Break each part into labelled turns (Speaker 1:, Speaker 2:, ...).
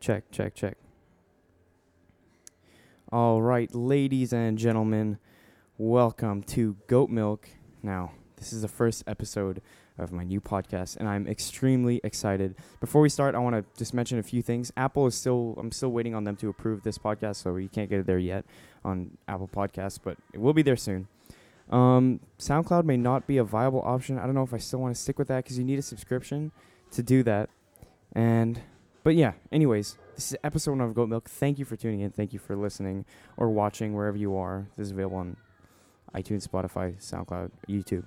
Speaker 1: Check, check, check. All right, ladies and gentlemen, welcome to Goat Milk. Now, this is the first episode of my new podcast, and I'm extremely excited. Before we start, I want to just mention a few things. Apple is still, I'm still waiting on them to approve this podcast, so you can't get it there yet on Apple Podcasts, but it will be there soon. Um, SoundCloud may not be a viable option. I don't know if I still want to stick with that because you need a subscription to do that. And, but yeah, anyways, this is episode one of Goat Milk. Thank you for tuning in. Thank you for listening or watching wherever you are. This is available on iTunes, Spotify, SoundCloud, YouTube.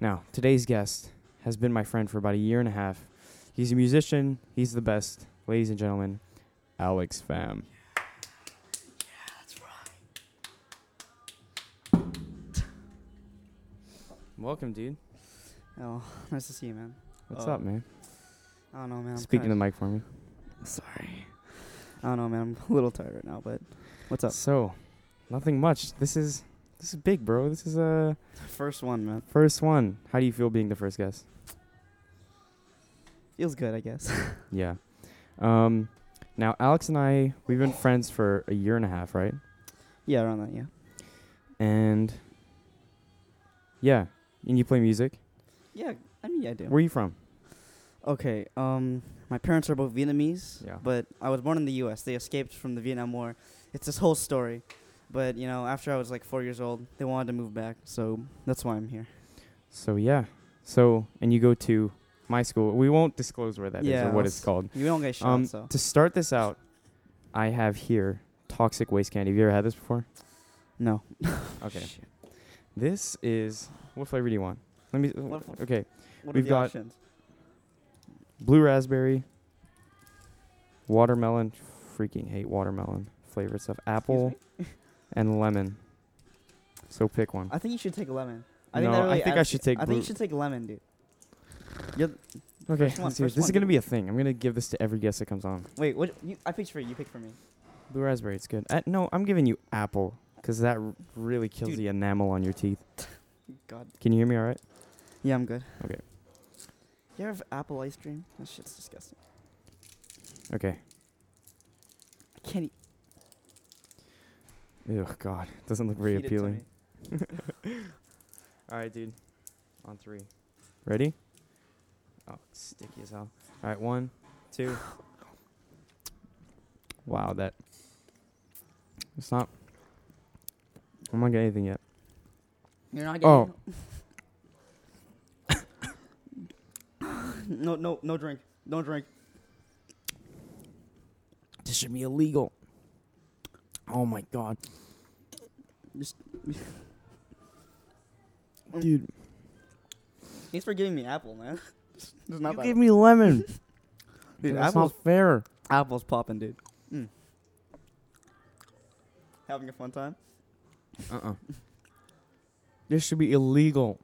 Speaker 1: Now, today's guest has been my friend for about a year and a half. He's a musician. He's the best. Ladies and gentlemen, Alex Pham. Welcome, dude.
Speaker 2: Oh, nice to see you, man.
Speaker 1: What's
Speaker 2: Uh,
Speaker 1: up, man?
Speaker 2: I don't know, man. I'm
Speaker 1: Speaking to the
Speaker 2: kinda,
Speaker 1: mic for me.
Speaker 2: sorry. I don't know, man. I'm a little tired right now, but what's up?
Speaker 1: So, nothing much. This is this is big, bro. This is uh
Speaker 2: First one, man.
Speaker 1: first one. How do you feel being the first guest?
Speaker 2: Feels good, I guess.
Speaker 1: Yeah. Um, now Alex and I we've been friends for a year and a half, right?
Speaker 2: yeah, around that, yeah.
Speaker 1: And yeah, and you play music.
Speaker 2: Yeah, I mean, yeah, I do.
Speaker 1: Where are you from?
Speaker 2: okay, um, my parents are both Vietnamese,
Speaker 1: Yeah.
Speaker 2: but I was born in the U.S. They escaped from the Vietnam War. It's this whole story. But, you know, after I was like four years old, they wanted to move back, so that's why I'm here.
Speaker 1: So yeah. So and you go to my school. We won't disclose where that is
Speaker 2: Yeah,
Speaker 1: or what
Speaker 2: let's-
Speaker 1: it's called.
Speaker 2: You don't get shot,
Speaker 1: Um,
Speaker 2: so.
Speaker 1: to start this out, I have here toxic waste candy. Have you ever had this before?
Speaker 2: No.
Speaker 1: Okay.
Speaker 2: Shit.
Speaker 1: This is what flavor do you want? Let me.
Speaker 2: What fl-
Speaker 1: okay,
Speaker 2: What
Speaker 1: We've
Speaker 2: are the
Speaker 1: got-
Speaker 2: options?
Speaker 1: blue raspberry, watermelon. Freaking hate watermelon flavored stuff. Apple
Speaker 2: Excuse me?
Speaker 1: and lemon. So pick one.
Speaker 2: I think you should take lemon.
Speaker 1: No,
Speaker 2: that
Speaker 1: I think I
Speaker 2: adds-
Speaker 1: should take
Speaker 2: I think
Speaker 1: blue-
Speaker 2: you should take lemon, dude. You're,
Speaker 1: okay,
Speaker 2: first one,
Speaker 1: let's do it.
Speaker 2: first
Speaker 1: this is
Speaker 2: one.
Speaker 1: gonna be a thing. I'm gonna give this to every guest that comes on.
Speaker 2: Wait, what? You, I picked for you. You picked for me.
Speaker 1: Blue raspberry, it's good. Uh, no, I'm giving you apple because that r- really kills
Speaker 2: Dude.
Speaker 1: the enamel on your teeth.
Speaker 2: God.
Speaker 1: Can you hear me? All right.
Speaker 2: Yeah, I'm good.
Speaker 1: Okay.
Speaker 2: You ever have apple ice cream? That shit's disgusting.
Speaker 1: Okay.
Speaker 2: I can't e-, eat.
Speaker 1: Ugh, God, doesn't look very
Speaker 2: feed it to
Speaker 1: appealing.
Speaker 2: me.
Speaker 1: All right, dude. On three. Ready? Oh, it's sticky as hell. All right, one, two. wow, that. It's not. I'm not getting anything yet.
Speaker 2: You're not
Speaker 1: Oh.
Speaker 2: getting. no, no, no drink. No drink.
Speaker 1: This should be illegal. Oh my god,
Speaker 2: Just,
Speaker 1: dude!
Speaker 2: thanks for giving me apple, man. It's not
Speaker 1: you
Speaker 2: that-
Speaker 1: gave me lemon.
Speaker 2: Dude,
Speaker 1: That's
Speaker 2: apples,
Speaker 1: not fair.
Speaker 2: apples popping, dude. Mm. Having a fun time.
Speaker 1: Uh uh This should be illegal.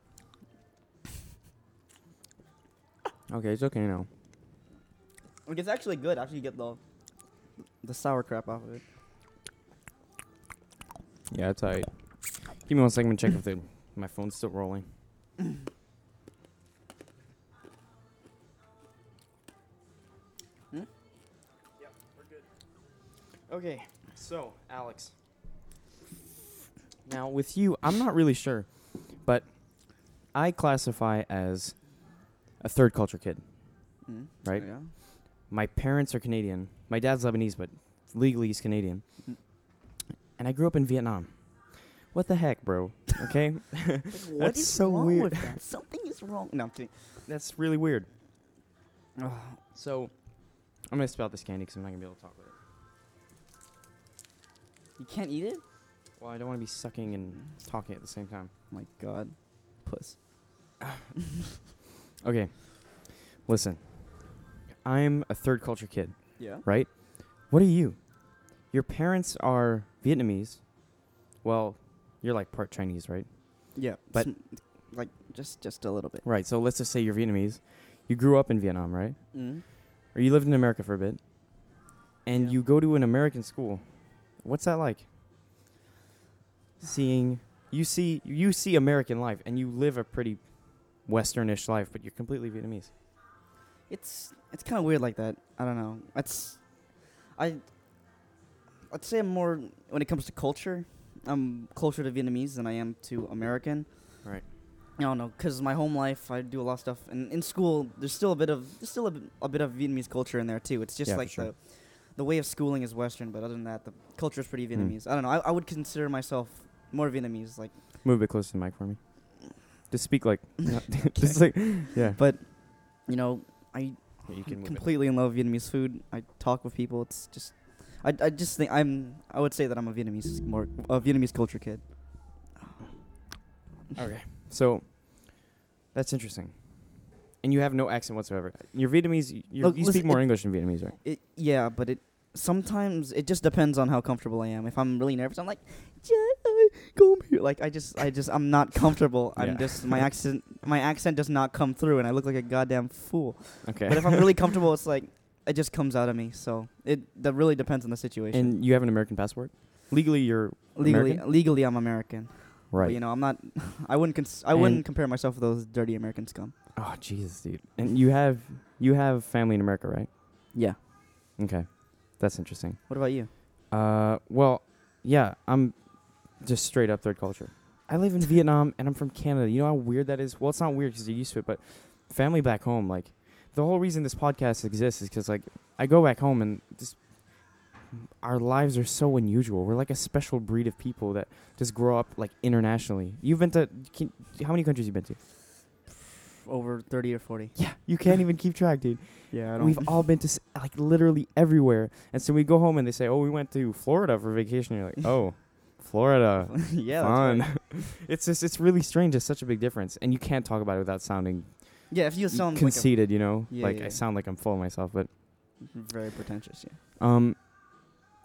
Speaker 1: Okay, it's okay now.
Speaker 2: Like it's actually good after you get the the sour crap off of it.
Speaker 1: Yeah, it's alright. Give me one second to check if the, my phone's still rolling.
Speaker 2: Okay.
Speaker 1: So, Alex. Now, with you, I'm not really sure, but I classify as a third culture kid.
Speaker 2: Mm.
Speaker 1: Right.
Speaker 2: Yeah.
Speaker 1: My parents are Canadian. My dad's Lebanese, but legally he's Canadian.
Speaker 2: Mm.
Speaker 1: And I grew up in Vietnam. What the heck, bro? Okay?
Speaker 2: What
Speaker 1: That's
Speaker 2: is
Speaker 1: so
Speaker 2: wrong
Speaker 1: weird.
Speaker 2: with that? Something is wrong. No, I'm kidding.
Speaker 1: That's really weird.
Speaker 2: Ugh.
Speaker 1: So, I'm going to spout this candy because I'm not going to be able to talk with it.
Speaker 2: you can't eat it?
Speaker 1: Well, I don't want to be sucking and talking at the same time.
Speaker 2: Oh my god. Puss.
Speaker 1: Okay. Listen. I'm a third culture kid.
Speaker 2: Yeah.
Speaker 1: right? What are you? Your parents are Vietnamese. Well, you're like part Chinese, right?
Speaker 2: Yeah.
Speaker 1: But-
Speaker 2: Sm- like just just a little bit.
Speaker 1: Right. So let's just say you're Vietnamese. You grew up in Vietnam, right?
Speaker 2: Mm.
Speaker 1: Or you lived in America for a bit. And
Speaker 2: Yeah.
Speaker 1: you go to an American school. What's that like? Seeing you see you see American life and you live a pretty westernish life, but you're completely Vietnamese.
Speaker 2: It's it's kind of weird like that. I don't know. That's I I'd say I'm more when it comes to culture, I'm closer to Vietnamese than I am to American.
Speaker 1: Right.
Speaker 2: I don't know, cause my home life I do a lot of stuff, and in school there's still a bit of there's still a, bit- a bit of Vietnamese culture in there too. It's just
Speaker 1: Yeah, for
Speaker 2: like
Speaker 1: sure.
Speaker 2: the the way of schooling is Western, but other than that, the culture is
Speaker 1: Hmm.
Speaker 2: pretty Vietnamese. I don't know. I, I would consider myself more Vietnamese, like,
Speaker 1: Move a bit closer to the mic for me. Just speak like, not- just like, yeah.
Speaker 2: but you know, I
Speaker 1: Yeah, you
Speaker 2: I'm
Speaker 1: can move it.
Speaker 2: completely in love with Vietnamese food. I talk with people. It's just, I, I just think I'm. I would say that I'm a Vietnamese more a Vietnamese culture kid.
Speaker 1: Okay. So that's interesting. And you have no accent whatsoever. You're Vietnamese. y- You're,
Speaker 2: Look,
Speaker 1: you
Speaker 2: listen,
Speaker 1: speak more
Speaker 2: it-
Speaker 1: English than Vietnamese, right?
Speaker 2: It, yeah, but it sometimes it just depends on how comfortable I am. If I'm really nervous, I'm like, "Yeah, I come here." Like I just, I just, I'm not comfortable.
Speaker 1: Yeah.
Speaker 2: I'm just my accent, my accent does not come through, and I look like a goddamn fool.
Speaker 1: Okay.
Speaker 2: But if I'm really comfortable, it's like it just comes out of me. So it that really depends on the situation.
Speaker 1: and you have an American passport. Legally, you're
Speaker 2: legally,
Speaker 1: American?
Speaker 2: legally, I'm American. But, you know, I'm not. I wouldn't. Cons- I
Speaker 1: And-
Speaker 2: wouldn't compare myself with those dirty American scum.
Speaker 1: oh Jesus, dude. And you have you have family in America, right?
Speaker 2: Yeah.
Speaker 1: Okay. That's interesting.
Speaker 2: What about you?
Speaker 1: Uh, well, yeah. I'm just straight up third culture. I live in Vietnam and I'm from Canada. You know how weird that is. Well, it's not weird because you're used to it, but family back home, like the whole reason this podcast exists is because like I go back home and just our lives are so unusual. We're like a special breed of people that just grow up like internationally. You've been to can, how many countries you been to?
Speaker 2: Over thirty or forty?
Speaker 1: Yeah, you can't even keep track, dude.
Speaker 2: Yeah,
Speaker 1: We've all been to s- like literally everywhere, and so we go home and they say, "Oh, we went to Florida for vacation." You're like, "Oh, Florida."
Speaker 2: yeah, that's
Speaker 1: fun.
Speaker 2: right.
Speaker 1: it's just it's really strange. It's such a big difference, and you can't talk about it without sounding
Speaker 2: Yeah, if you sound like a
Speaker 1: conceited. you know,
Speaker 2: Yeah,
Speaker 1: like
Speaker 2: yeah,
Speaker 1: I
Speaker 2: yeah.
Speaker 1: sound like I'm full of myself. But
Speaker 2: very pretentious. Yeah.
Speaker 1: um,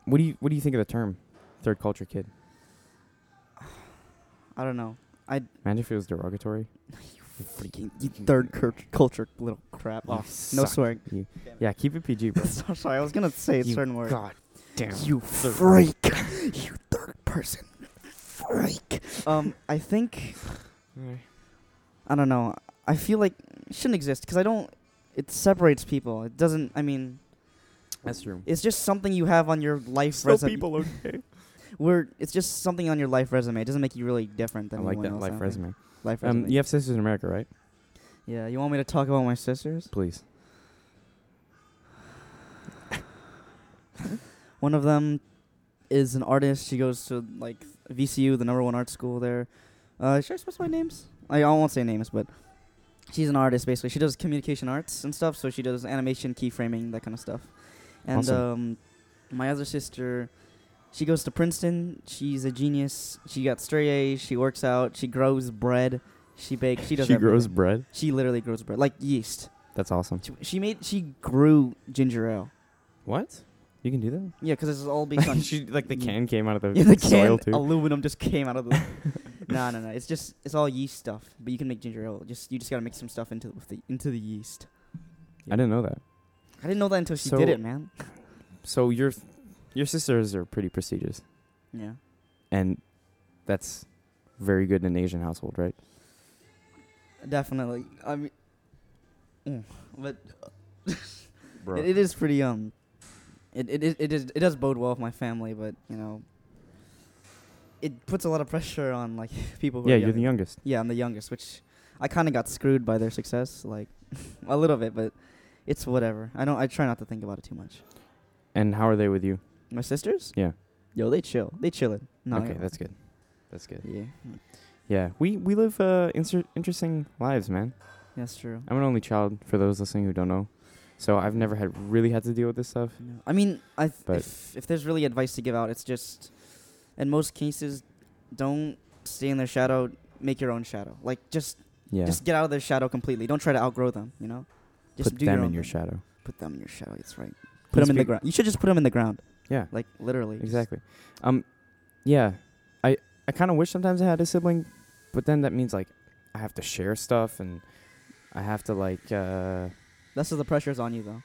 Speaker 1: what do you what do you think of the term third culture kid?
Speaker 2: I don't know.
Speaker 1: Imagine if it was derogatory.
Speaker 2: You freaking you third cur- culture little crap.
Speaker 1: You
Speaker 2: Oh, no
Speaker 1: suck.
Speaker 2: swearing.
Speaker 1: You-
Speaker 2: Damn it.
Speaker 1: yeah, keep it PG, bro.
Speaker 2: So sorry, I was gonna say a
Speaker 1: You
Speaker 2: certain word.
Speaker 1: God damn.
Speaker 2: You
Speaker 1: Third-
Speaker 2: freak. you third person freak. Um, I think I don't know. I feel like it shouldn't exist because I don't. It separates people. It doesn't. I mean,
Speaker 1: That's true.
Speaker 2: it's just something you have on your life resume.
Speaker 1: okay.
Speaker 2: We're it's just something on your life resume. It doesn't make you really different
Speaker 1: I
Speaker 2: than
Speaker 1: like
Speaker 2: anyone
Speaker 1: that
Speaker 2: else, I
Speaker 1: life
Speaker 2: don't think.
Speaker 1: resume.
Speaker 2: Life resume.
Speaker 1: Um, you have sisters in America, right?
Speaker 2: Yeah. You want me to talk about my sisters?
Speaker 1: Please.
Speaker 2: One of them is an artist. She goes to like VCU, the number one art school there. Uh, should I specify names? I, I won't say names, but she's an artist basically. She does communication arts and stuff. So she does animation, keyframing, that kind of stuff. And
Speaker 1: Awesome.
Speaker 2: um, my other sister, she goes to Princeton. She's a genius. She got straight A's. She works out. She grows bread. She bakes. She does.
Speaker 1: she grows
Speaker 2: everything.
Speaker 1: bread.
Speaker 2: She literally grows bread like yeast.
Speaker 1: That's awesome.
Speaker 2: She, she made. She grew ginger ale.
Speaker 1: What? You can do that?
Speaker 2: Yeah, because it's all based on.
Speaker 1: she like the
Speaker 2: Mm.
Speaker 1: can came out of the,
Speaker 2: yeah, the
Speaker 1: soil
Speaker 2: can Oh.
Speaker 1: too.
Speaker 2: aluminum just came out of the. no, no, no. It's just it's all yeast stuff. But you can make ginger ale. Just you just gotta mix some stuff into with the into the yeast.
Speaker 1: I didn't know that.
Speaker 2: I didn't know that until she
Speaker 1: So-
Speaker 2: did it, man.
Speaker 1: So your your sisters are pretty prestigious,
Speaker 2: Yeah.
Speaker 1: and that's very good in an Asian household, right?
Speaker 2: Definitely. I mean, Mm. but
Speaker 1: Bro.
Speaker 2: it, it is pretty um, it it is- it is it does bode well with my family, but you know, it puts a lot of pressure on like people. Who
Speaker 1: yeah,
Speaker 2: are
Speaker 1: you're
Speaker 2: younger.
Speaker 1: the youngest.
Speaker 2: Yeah, I'm the youngest, which I kind of got screwed by their success, like a little bit, but it's whatever. I don't. I try not to think about it too much.
Speaker 1: And how are they with you?
Speaker 2: My sisters?
Speaker 1: Yeah.
Speaker 2: Yo, they chill. They chillin'. No,
Speaker 1: okay,
Speaker 2: yeah.
Speaker 1: that's good. That's good.
Speaker 2: yeah.
Speaker 1: Yeah, we we live uh, inser- interesting lives, man.
Speaker 2: That's true.
Speaker 1: I'm an only child for those listening who don't know, so I've never had really had to deal with this stuff.
Speaker 2: No. I mean, I th-
Speaker 1: But-
Speaker 2: if if there's really advice to give out, it's just in most cases, don't stay in their shadow. Make your own shadow. Like just
Speaker 1: Yeah,
Speaker 2: just get out of their shadow completely. Don't try to outgrow them. You know. Just
Speaker 1: put
Speaker 2: do
Speaker 1: them
Speaker 2: your own
Speaker 1: in your
Speaker 2: thing.
Speaker 1: shadow.
Speaker 2: Put them in your shadow. That's right. Put
Speaker 1: Please
Speaker 2: them in the
Speaker 1: be-
Speaker 2: ground. You should just put them in the ground.
Speaker 1: Yeah.
Speaker 2: Like literally. just-
Speaker 1: Exactly. Um, yeah, I I kind of wish sometimes I had a sibling, but then that means like I have to share stuff and I have to like uh,
Speaker 2: That's just the pressure's on you though.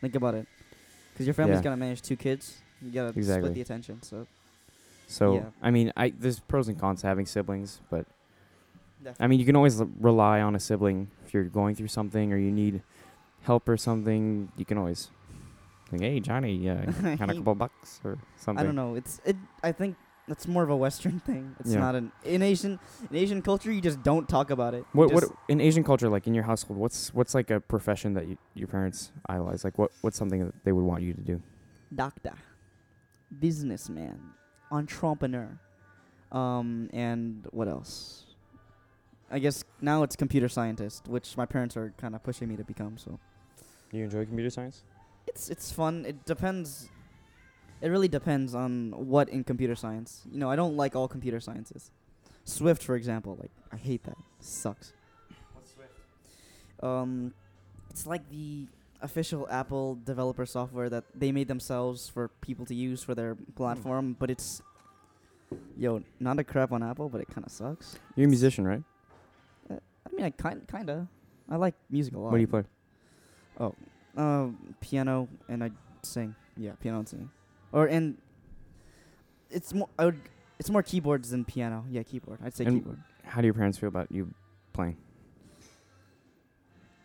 Speaker 2: Think about it, because your family's
Speaker 1: Yeah.
Speaker 2: gonna manage two kids. You gotta
Speaker 1: Exactly.
Speaker 2: split the attention. So.
Speaker 1: so
Speaker 2: Yeah.
Speaker 1: I mean I there's pros and cons to having siblings, but
Speaker 2: Definitely.
Speaker 1: I mean you can always l- rely on a sibling if you're going through something or you need help or something. You can always Like, hey, Johnny, uh, had a couple bucks or something.
Speaker 2: I don't know. It's it. I think that's more of a Western thing. It's
Speaker 1: Yeah.
Speaker 2: not an in Asian in Asian culture. You just don't talk about it.
Speaker 1: What, what
Speaker 2: Just-
Speaker 1: in Asian culture, like in your household, what's what's like a profession that you, your parents idolize? Like, what what's something that they would want you to do?
Speaker 2: Doctor, businessman, entrepreneur, um, and what else? I guess now it's computer scientist, which my parents are kind of pushing me to become. So
Speaker 1: You enjoy computer science?
Speaker 2: it's it's fun. It depends. It really depends on what in computer science. You know, I don't like all computer sciences. Swift, for example, like I hate that. Sucks. Um, it's like the official Apple developer software that they made themselves for people to use for their platform, but it's yo not a crap on Apple, but it kind of sucks.
Speaker 1: You're a musician, right?
Speaker 2: I mean, I kind kinda. I like music a lot.
Speaker 1: What do you play?
Speaker 2: Uh, piano and I sing. Yeah, piano and singing. Or and it's more. I would. It's more keyboards than piano. Yeah, keyboard. I'd say
Speaker 1: And-
Speaker 2: keyboard.
Speaker 1: How do your parents feel about you playing?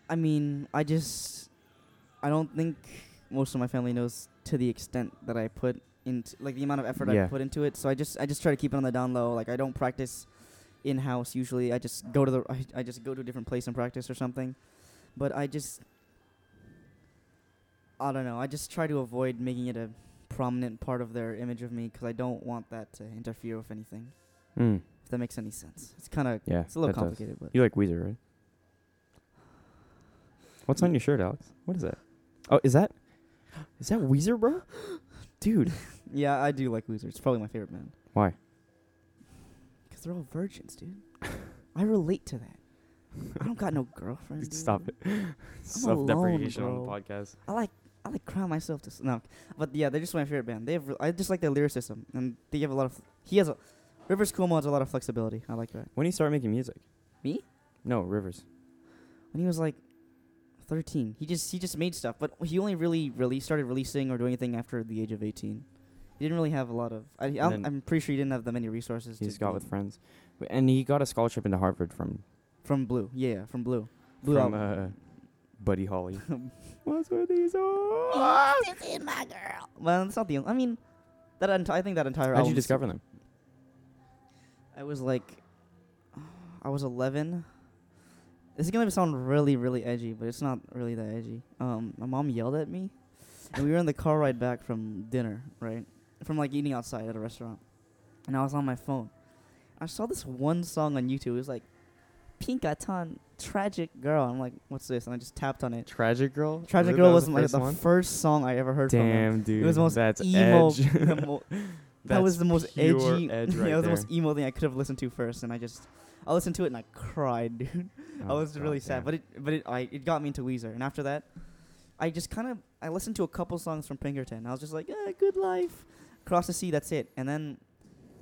Speaker 2: I mean, I just. I don't think most of my family knows to the extent that I put into like the amount of effort I
Speaker 1: Yeah.
Speaker 2: put into it. So I just I just try to keep it on the down low. Like I don't practice in house usually. I just go to the I, I just go to a different place and practice or something. But I just I don't know. I just try to avoid making it a prominent part of their image of me because I don't want that to interfere with anything.
Speaker 1: Mm.
Speaker 2: If that makes any sense. It's kind of
Speaker 1: Yeah,
Speaker 2: it's a
Speaker 1: that
Speaker 2: little
Speaker 1: does.
Speaker 2: complicated, but
Speaker 1: You like Weezer, right? What's on your shirt, Alex? What is that? Oh, is that is that Weezer, bro? Dude,
Speaker 2: yeah, I do like Weezer. It's probably my favorite band.
Speaker 1: why?
Speaker 2: Because they're all virgins, dude. I relate to that. I don't got no girlfriend. dude.
Speaker 1: Stop it.
Speaker 2: alone,
Speaker 1: Self-deprecation on the
Speaker 2: bro.
Speaker 1: podcast.
Speaker 2: I like I like cry myself to s- no, but yeah, they're just my favorite band. They have re- I just like their lyricism, and they have a lot of. He has a Rivers Cuomo has a lot of flexibility. I like that.
Speaker 1: When do you start making music?
Speaker 2: Me?
Speaker 1: No, Rivers.
Speaker 2: When he was like thirteen, he just he just made stuff, but he only really really started releasing or doing anything after the age of eighteen. He didn't really have a lot of. I, I
Speaker 1: then
Speaker 2: I'm pretty sure he didn't have that many resources.
Speaker 1: He
Speaker 2: to
Speaker 1: just got
Speaker 2: do-
Speaker 1: with friends, But- and he got a scholarship into Harvard from
Speaker 2: from Blue. Yeah, yeah, from Blue. Blue
Speaker 1: from
Speaker 2: album.
Speaker 1: uh, Buddy Holly. Ah! What's with these? all-
Speaker 2: my girl. Well, it's not the. only I mean, that enti- I think that entire.
Speaker 1: How'd you
Speaker 2: album's-
Speaker 1: discover them?
Speaker 2: I was like, I was 11. This is gonna sound really, really edgy, but it's not really that edgy. Um, my mom yelled at me, and we were in the car ride back from dinner, right, from like eating outside at a restaurant, and I was on my phone. I saw this one song on YouTube. It was like, Pinkaton, tragic girl. I'm like, what's this? And I just tapped on it.
Speaker 1: Tragic Girl.
Speaker 2: Tragic girl was, like the first song I ever heard from him.
Speaker 1: Damn, dude.
Speaker 2: It was the most
Speaker 1: that's
Speaker 2: emo.
Speaker 1: edge.
Speaker 2: the mo- that
Speaker 1: That's
Speaker 2: was the most
Speaker 1: pure
Speaker 2: edgy.
Speaker 1: edge
Speaker 2: yeah,
Speaker 1: right
Speaker 2: that was the
Speaker 1: there.
Speaker 2: most emo thing I could have listened to first, and I just I listened to it and I cried, dude. I
Speaker 1: Oh,
Speaker 2: was really
Speaker 1: God
Speaker 2: sad,
Speaker 1: damn.
Speaker 2: but it but it I, it got me into Weezer, and after that, I just kind of I listened to a couple songs from Pinkerton. I was just like, yeah, good life, cross the sea, that's it. And then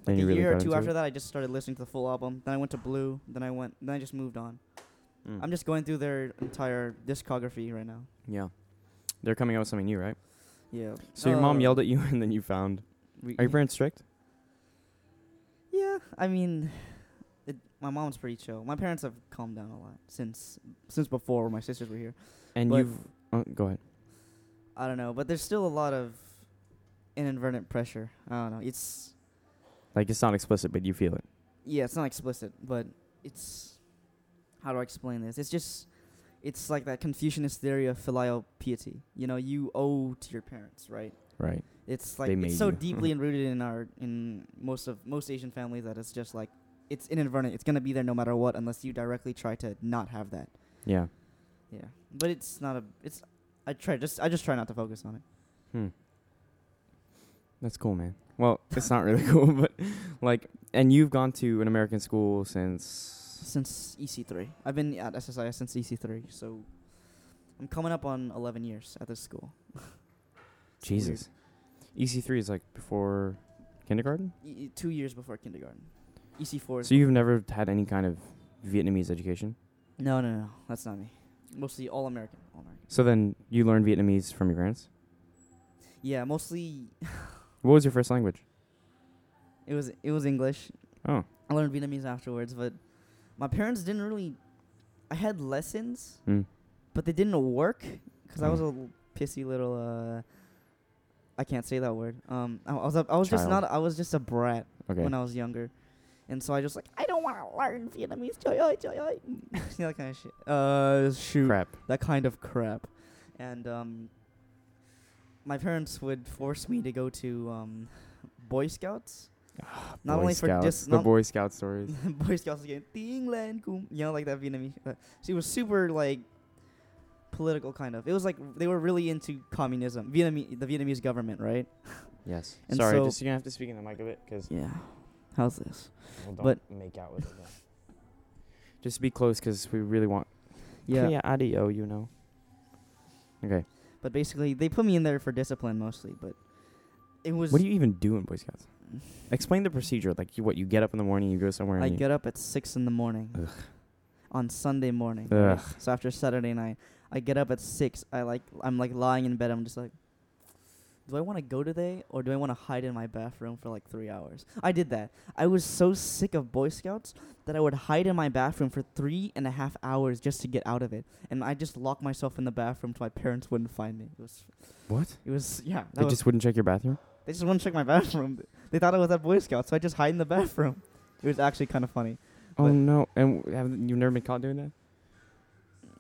Speaker 1: Then
Speaker 2: like,
Speaker 1: you
Speaker 2: a
Speaker 1: really
Speaker 2: year
Speaker 1: got
Speaker 2: or two
Speaker 1: into
Speaker 2: after
Speaker 1: it?
Speaker 2: that, I just started listening to the full album. Then I went to Blue. Then I went. Then I just moved on.
Speaker 1: Mm.
Speaker 2: I'm just going through their entire discography right now.
Speaker 1: Yeah. They're coming out with something new, right?
Speaker 2: Yeah.
Speaker 1: So your mom
Speaker 2: Uh,
Speaker 1: yelled at you and then you found.
Speaker 2: we-
Speaker 1: Are your parents strict?
Speaker 2: Yeah, I mean, it, my mom's pretty chill. My parents have calmed down a lot since since before when my sisters were here.
Speaker 1: And
Speaker 2: But-
Speaker 1: you've. Oh, go ahead.
Speaker 2: I don't know, but there's still a lot of inadvertent pressure. I don't know. It's
Speaker 1: Like, it's not explicit, but you feel it.
Speaker 2: yeah, it's not explicit, but it's how do I explain this? It's just it's like that Confucianist theory of filial piety. You know, you owe to your parents, right?
Speaker 1: Right.
Speaker 2: It's like
Speaker 1: They made
Speaker 2: it's so
Speaker 1: you.
Speaker 2: deeply rooted in our in most of most Asian families that it's just like it's inadvertent. It's gonna be there no matter what, unless you directly try to not have that.
Speaker 1: Yeah.
Speaker 2: Yeah, but it's not a. It's I try just I just try not to focus on it.
Speaker 1: Hmm. That's cool, man. Well, it's not really cool, but like, and you've gone to an American school since.
Speaker 2: Since EC three, I've been at SSI since EC three, so I'm coming up on 11 years at this school.
Speaker 1: Jesus. EC3 is like before kindergarten?
Speaker 2: E- two years before kindergarten. EC four.
Speaker 1: So you've never had any kind of Vietnamese education?
Speaker 2: no, no, no, that's not me. Mostly all American, all American.
Speaker 1: So then you learned Vietnamese from your parents?
Speaker 2: Yeah, mostly
Speaker 1: What was your first language?
Speaker 2: it was it was English.
Speaker 1: Oh.
Speaker 2: I learned Vietnamese afterwards, but my parents didn't really. I had lessons,
Speaker 1: Mm.
Speaker 2: but they didn't work because I was a
Speaker 1: Mm.
Speaker 2: l- pissy little uh, I can't say that word. Um, I, I was a, I was just
Speaker 1: Child.
Speaker 2: not I was just a brat
Speaker 1: Okay.
Speaker 2: when I was younger, and so I just like I don't want to learn Vietnamese. Choi oi, choi oi. You know, that kind of shit. Uh, shoot,
Speaker 1: Crap.
Speaker 2: that kind of crap, and um, my parents would force me to go to um, Boy Scouts.
Speaker 1: Ah,
Speaker 2: Not
Speaker 1: Boy
Speaker 2: only for
Speaker 1: Scouts.
Speaker 2: just
Speaker 1: the
Speaker 2: not-
Speaker 1: Boy Scout stories.
Speaker 2: Boy Scouts again. Ting Lan Kum. You know, like that Vietnamese. uh, She was super, like, political, kind of. It was like they were really into communism, Vietnamese, the Vietnamese government, right?
Speaker 1: Yes.
Speaker 2: And
Speaker 1: Sorry,
Speaker 2: so-
Speaker 1: just you're gonna have to speak in the mic a bit because
Speaker 2: Yeah. How's this?
Speaker 1: we'll don't
Speaker 2: but-
Speaker 1: make out with it. then. Just be close because we really want
Speaker 2: Yeah.
Speaker 1: clear audio, you know. Okay.
Speaker 2: But basically, they put me in there for discipline mostly, but it was.
Speaker 1: What do you even do in Boy Scouts? Explain the procedure. Like you, what you get up in the morning, you go somewhere.
Speaker 2: I
Speaker 1: and you,
Speaker 2: get up at 6 in the morning
Speaker 1: Ugh.
Speaker 2: on Sunday morning.
Speaker 1: Ugh.
Speaker 2: So after Saturday night, I get up at 6. I like I'm like lying in bed. I'm just like do I want to go today or do I want to hide in my bathroom for like 3 hours? I did that. I was so sick of Boy Scouts that I would hide in my bathroom for three and a half hours just to get out of it. And I just locked myself in the bathroom till my parents wouldn't find me. It was
Speaker 1: what?
Speaker 2: it was yeah. that
Speaker 1: They
Speaker 2: was-
Speaker 1: just wouldn't check your bathroom.
Speaker 2: they just wouldn't check my bathroom. They thought I was at Boy Scouts, so I just hide in the bathroom. It was actually kind of funny.
Speaker 1: Oh
Speaker 2: But-
Speaker 1: no! And w- have you've never been caught doing that?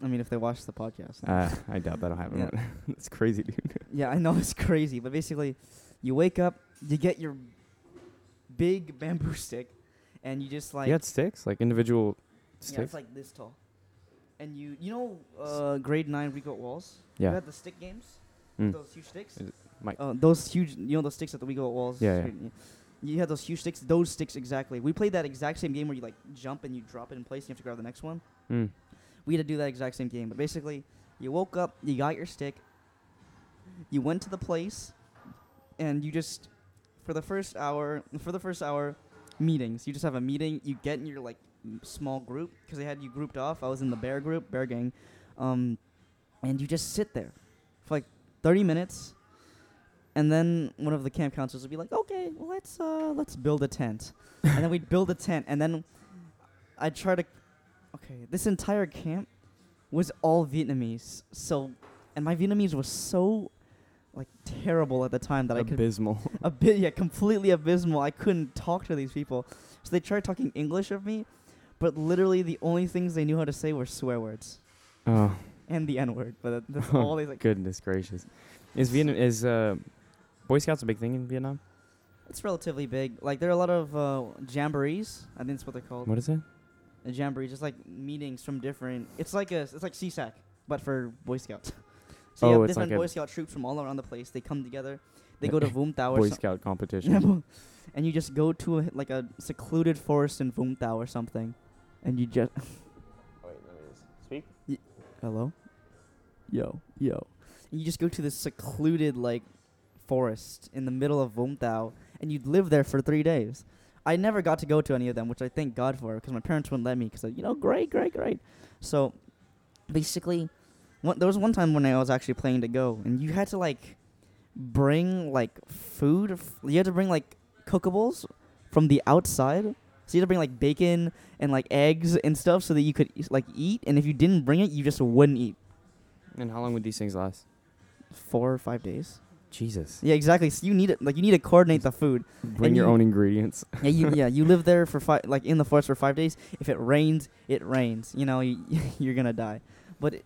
Speaker 2: I mean, if they watched the podcast.
Speaker 1: Uh, I doubt that'll happen. That's crazy, dude.
Speaker 2: Yeah, I know it's crazy, but basically, you wake up, you get your big bamboo stick, and you just like
Speaker 1: you had sticks, like individual
Speaker 2: yeah, it's
Speaker 1: sticks.
Speaker 2: like this tall, and you you know uh, grade nine we got walls.
Speaker 1: Yeah.
Speaker 2: You had the stick games,
Speaker 1: Mm.
Speaker 2: those huge sticks.
Speaker 1: Is it- Mike.
Speaker 2: Uh, those huge, you know, those sticks at the we got walls.
Speaker 1: Yeah, yeah.
Speaker 2: You- You had those huge sticks. Those sticks exactly. We played that exact same game where you like jump and you drop it in place, and you have to grab the next one.
Speaker 1: Mm.
Speaker 2: we had to do that exact same game. But basically, you woke up, you got your stick, you went to the place, and you just for the first hour, for the first hour, meetings. You just have a meeting. You get in your like m- small group because they had you grouped off. I was in the bear group, bear gang, um, and you just sit there for like thirty minutes. And then one of the camp counselors would be like, "Okay, let's uh, let's build a tent," and then we'd build a tent, and then I'd try to Okay, this entire camp was all Vietnamese. So, and my Vietnamese was so like terrible at the time that I could
Speaker 1: Abysmal.
Speaker 2: a bit yeah completely abysmal. I couldn't talk to these people, so they tried talking English of me, but literally the only things they knew how to say were swear words
Speaker 1: oh
Speaker 2: and the N word. But that, that's all they like.
Speaker 1: goodness gracious! Is Vietnam is uh, Boy Scouts a big thing in Vietnam?
Speaker 2: It's relatively big. Like there are a lot of uh, jamborees. I think that's what they're called.
Speaker 1: What is it?
Speaker 2: A jamboree, just like meetings from different. It's like a it's like CSAC, but for Boy Scouts. So you
Speaker 1: Oh,
Speaker 2: have
Speaker 1: it's like
Speaker 2: different
Speaker 1: a-
Speaker 2: Boy Scout troops from all around the place. They come together. They go to Voom Tower.
Speaker 1: Boy
Speaker 2: some-
Speaker 1: Scout competition.
Speaker 2: Yeah, Voom- and you just go to a, like a secluded forest in Voom Tower or something, and you just
Speaker 1: Oh, Wait, let me just speak.
Speaker 2: hello, yo yo, and you just go to this secluded like forest in the middle of Voom Tower, and you'd live there for three days. I never got to go to any of them, which I thank God for, because my parents wouldn't let me, because you know, great, great, great. So, basically, one, there was one time when I was actually planning to go, and you had to like bring like food. f- You had to bring like cookables from the outside. So you had to bring like bacon and like eggs and stuff so that you could eat- like eat. And if you didn't bring it, you just wouldn't eat.
Speaker 1: And how long would these things last?
Speaker 2: Four or five days.
Speaker 1: Jesus.
Speaker 2: Yeah, exactly. So you need it. Like you need to coordinate the food.
Speaker 1: Bring
Speaker 2: And
Speaker 1: your
Speaker 2: you-
Speaker 1: own ingredients.
Speaker 2: Yeah, you, yeah, you live there for five, like in the forest for five days. If it rains, it rains. You know, you, you're gonna die. But it,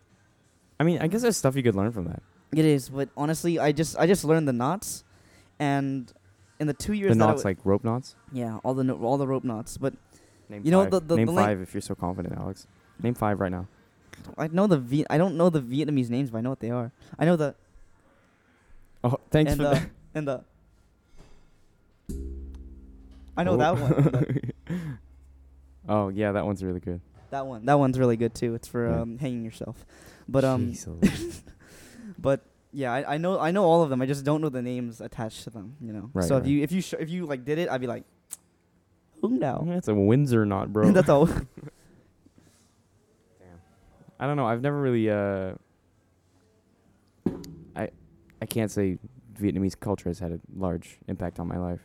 Speaker 1: I mean, I guess there's stuff you could learn from that.
Speaker 2: it is. But honestly, I just, I just learned the knots, and in the two years
Speaker 1: The
Speaker 2: that I
Speaker 1: knots,
Speaker 2: wa-
Speaker 1: like rope knots.
Speaker 2: yeah, all the no- all the rope knots. But
Speaker 1: Name
Speaker 2: You know,
Speaker 1: five.
Speaker 2: the- the-
Speaker 1: name
Speaker 2: the link-
Speaker 1: five if you're so confident, Alex. Name five right now.
Speaker 2: I know the v- I don't know the Vietnamese names, but I know what they are. I know the
Speaker 1: Oh, thanks
Speaker 2: and
Speaker 1: for
Speaker 2: uh, the
Speaker 1: that.
Speaker 2: and the. I know
Speaker 1: Oh.
Speaker 2: that one. the-
Speaker 1: Oh yeah, that one's really good.
Speaker 2: that one. That one's really good too. It's for
Speaker 1: Yeah.
Speaker 2: um, hanging yourself. But um,
Speaker 1: Jeez, Louise.
Speaker 2: But yeah, I, I know I know all of them. I just don't know the names attached to them. You know.
Speaker 1: Right,
Speaker 2: so if
Speaker 1: right.
Speaker 2: you if you sh- if you like did it, I'd be like, who now?
Speaker 1: that's a Windsor knot, bro.
Speaker 2: Oh. That's all.
Speaker 1: I don't know. I've never really. Uh, I, I can't say Vietnamese culture has had a large impact on my life.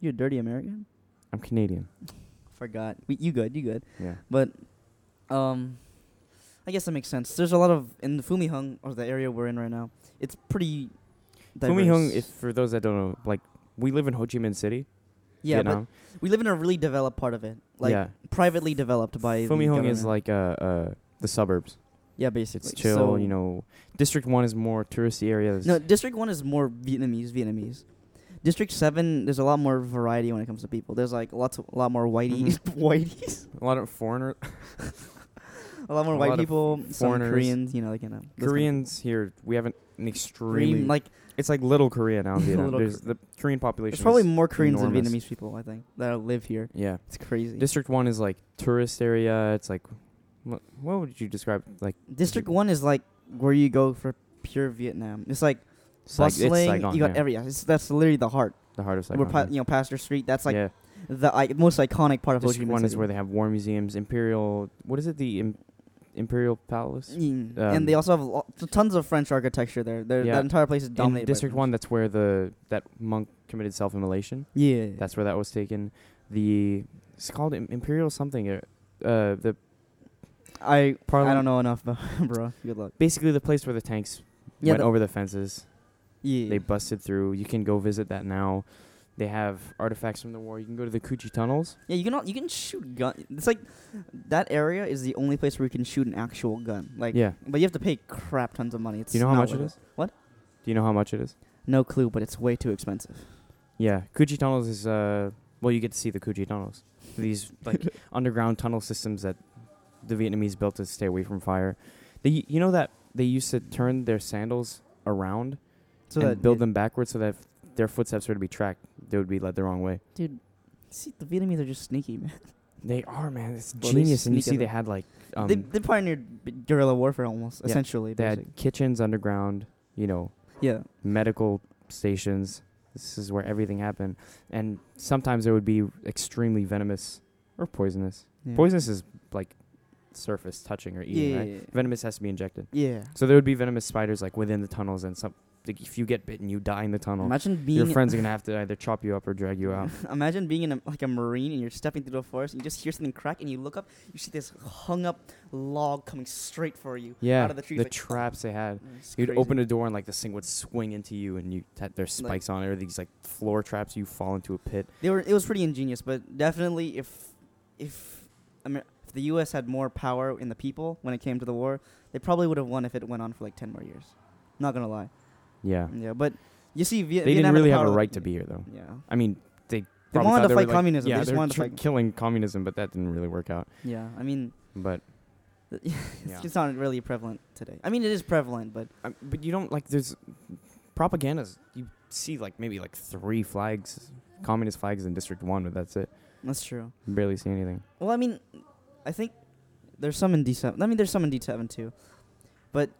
Speaker 2: You're a dirty American.
Speaker 1: I'm Canadian.
Speaker 2: Forgot. We, you good? You good?
Speaker 1: Yeah.
Speaker 2: But, um, I guess that makes sense. There's a lot of in the Fumihung or the area we're in right now. It's pretty
Speaker 1: Fumi Hung, if
Speaker 2: diverse-
Speaker 1: for those that don't know, like we live in Ho Chi Minh City,
Speaker 2: yeah,
Speaker 1: Vietnam.
Speaker 2: but we live in a really developed part of it, like
Speaker 1: yeah,
Speaker 2: privately developed by. the
Speaker 1: Fumi Hung is
Speaker 2: government.
Speaker 1: like uh, uh, the suburbs.
Speaker 2: yeah, basically
Speaker 1: It's chill,
Speaker 2: So-
Speaker 1: you know. District one is more touristy areas.
Speaker 2: No, District One is more Vietnamese. Vietnamese. District Seven, there's a lot more variety when it comes to people. There's like lots, a lot more whiteies,
Speaker 1: Mm-hmm.
Speaker 2: whiteies,
Speaker 1: a lot of foreigners.
Speaker 2: a lot more
Speaker 1: A
Speaker 2: white
Speaker 1: lot of
Speaker 2: people, some
Speaker 1: foreigners.
Speaker 2: Koreans, you know, like you know, those kind of-
Speaker 1: Koreans here, we have an, an
Speaker 2: Korean,
Speaker 1: extremely
Speaker 2: like
Speaker 1: it's like little Korea now in Vietnam.
Speaker 2: Little
Speaker 1: There's the Korean population.
Speaker 2: there's probably
Speaker 1: is-
Speaker 2: more Koreans than
Speaker 1: enormous.
Speaker 2: Vietnamese people. I think that live here.
Speaker 1: yeah.
Speaker 2: It's crazy.
Speaker 1: District one is like tourist area. It's like, what, what would you describe? Like,
Speaker 2: District One is like where you go for pure Vietnam. It's like
Speaker 1: Saigon-
Speaker 2: bustling.
Speaker 1: it's Saigon,
Speaker 2: you got
Speaker 1: yeah.
Speaker 2: every. It's, that's literally the heart.
Speaker 1: the heart of
Speaker 2: We're
Speaker 1: Saigon.
Speaker 2: pa-
Speaker 1: yeah.
Speaker 2: you know Pastor Street. That's like
Speaker 1: yeah.
Speaker 2: the I- most iconic part of Ho Chi
Speaker 1: District
Speaker 2: Minh
Speaker 1: one is
Speaker 2: City.
Speaker 1: where they have war museums, imperial. What is it? The Im- imperial palace.
Speaker 2: Mm,
Speaker 1: um,
Speaker 2: and they also have lo- t- tons of French architecture there. They're,
Speaker 1: Yeah.
Speaker 2: That entire place is dominated.
Speaker 1: In
Speaker 2: by
Speaker 1: District
Speaker 2: French.
Speaker 1: one, that's where the that monk committed self-immolation.
Speaker 2: Yeah.
Speaker 1: That's where that was taken. The it's called Im- imperial something. uh, Uh, the
Speaker 2: I
Speaker 1: Parliament-
Speaker 2: I don't know enough, but bro, good luck.
Speaker 1: basically the place where the tanks
Speaker 2: Yeah,
Speaker 1: went
Speaker 2: the-
Speaker 1: over the fences.
Speaker 2: Yeah.
Speaker 1: They busted through. You can go visit that now. They have artifacts from the war. You can go to the Coochie tunnels.
Speaker 2: yeah, you can al- you can shoot gun. It's like that area is the only place where you can shoot an actual gun. Like
Speaker 1: Yeah.
Speaker 2: But you have to pay crap tons of money. It's
Speaker 1: Do you know how
Speaker 2: not
Speaker 1: much it
Speaker 2: worth
Speaker 1: is?
Speaker 2: What?
Speaker 1: Do you know how much it is?
Speaker 2: No clue, but it's way too expensive.
Speaker 1: Yeah, Coochie tunnels is uh well you get to see the Coochie tunnels. These like underground tunnel systems that the Vietnamese built to stay away from fire. They you know that they used to turn their sandals around
Speaker 2: So
Speaker 1: and
Speaker 2: that
Speaker 1: build
Speaker 2: it-
Speaker 1: them backwards so that if their footsteps were to be tracked, they would be led the wrong way.
Speaker 2: dude. See, the Vietnamese are just sneaky, man.
Speaker 1: They are man, it's
Speaker 2: Well, they
Speaker 1: genius. And you
Speaker 2: sneak
Speaker 1: see
Speaker 2: in.
Speaker 1: they had like um
Speaker 2: they
Speaker 1: they,
Speaker 2: they pioneered b- guerrilla warfare almost,
Speaker 1: Yeah.
Speaker 2: essentially. basically.
Speaker 1: had kitchens underground, you know,
Speaker 2: yeah.
Speaker 1: medical stations. This is where everything happened. And sometimes it would be extremely venomous or poisonous.
Speaker 2: Yeah.
Speaker 1: Poisonous is like surface touching or eating,
Speaker 2: Yeah.
Speaker 1: right? Venomous has to be injected.
Speaker 2: Yeah.
Speaker 1: So there would be venomous spiders like within the tunnels and some like if you get bitten you die in the tunnel.
Speaker 2: Imagine being
Speaker 1: Your friends are gonna have to either chop you up or drag you out.
Speaker 2: Imagine being in a, like a marine and you're stepping through the forest and you just hear something crack and you look up, you see this hung up log coming straight for you
Speaker 1: Yeah.
Speaker 2: out of the trees.
Speaker 1: the
Speaker 2: like,
Speaker 1: traps they had.
Speaker 2: It's
Speaker 1: You'd
Speaker 2: crazy.
Speaker 1: open a door and like this thing would swing into you and you had there's
Speaker 2: Like-
Speaker 1: spikes on it or these like floor traps, you fall into a pit.
Speaker 2: They were. It was pretty ingenious, but definitely if if I mean, if the U.S. had more power in the people when it came to the war, they probably would have won if it went on for like ten more years. Not gonna lie.
Speaker 1: Yeah.
Speaker 2: Mm. Yeah, but you see, Viet-
Speaker 1: They didn't
Speaker 2: Vietnam had the
Speaker 1: really have
Speaker 2: power
Speaker 1: a
Speaker 2: to-
Speaker 1: right to be here though.
Speaker 2: Yeah.
Speaker 1: I mean, they,
Speaker 2: They
Speaker 1: probably
Speaker 2: wanted
Speaker 1: thought
Speaker 2: to
Speaker 1: were,
Speaker 2: fight
Speaker 1: like-
Speaker 2: communism.
Speaker 1: Yeah,
Speaker 2: they just
Speaker 1: were
Speaker 2: wanted to
Speaker 1: tr-
Speaker 2: fight.
Speaker 1: killing communism, but that didn't really work out.
Speaker 2: Yeah. I mean,
Speaker 1: But
Speaker 2: it's
Speaker 1: Yeah.
Speaker 2: just not really prevalent today. I mean, it is prevalent, but
Speaker 1: um, but you don't like there's propagandas. You see like maybe like three flags, communist flags in District One, but that's it.
Speaker 2: that's true.
Speaker 1: You barely see anything.
Speaker 2: Well, I mean, I think there's some in D seven. I mean, there's some in D seven too, but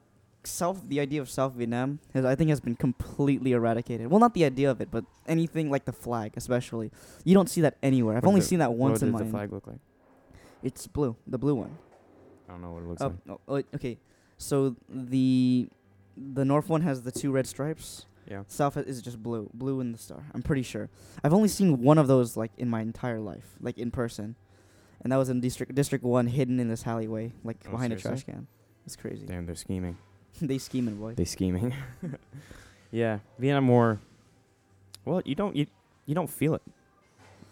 Speaker 2: South the idea of South Vietnam has I think has been completely eradicated. Well, not the idea of it, but anything like the flag, especially you don't see that anywhere. I've
Speaker 1: What
Speaker 2: only
Speaker 1: is it-
Speaker 2: seen that once
Speaker 1: what
Speaker 2: in
Speaker 1: does
Speaker 2: my.
Speaker 1: the flag look like?
Speaker 2: It's blue, the blue one.
Speaker 1: I don't know what it looks
Speaker 2: Oh,
Speaker 1: like.
Speaker 2: oh, oh, okay. So the the north one has the two red stripes.
Speaker 1: Yeah.
Speaker 2: South is just blue, blue in the star. I'm pretty sure. I've only seen one of those like in my entire life, like in person, and that was in district District One, hidden in this alleyway, like
Speaker 1: Oh,
Speaker 2: behind a trash
Speaker 1: seriously?
Speaker 2: can. It's crazy.
Speaker 1: Damn, they're scheming.
Speaker 2: they scheming, boy.
Speaker 1: They scheming. yeah, Vietnam War. Well, you don't you you don't feel it.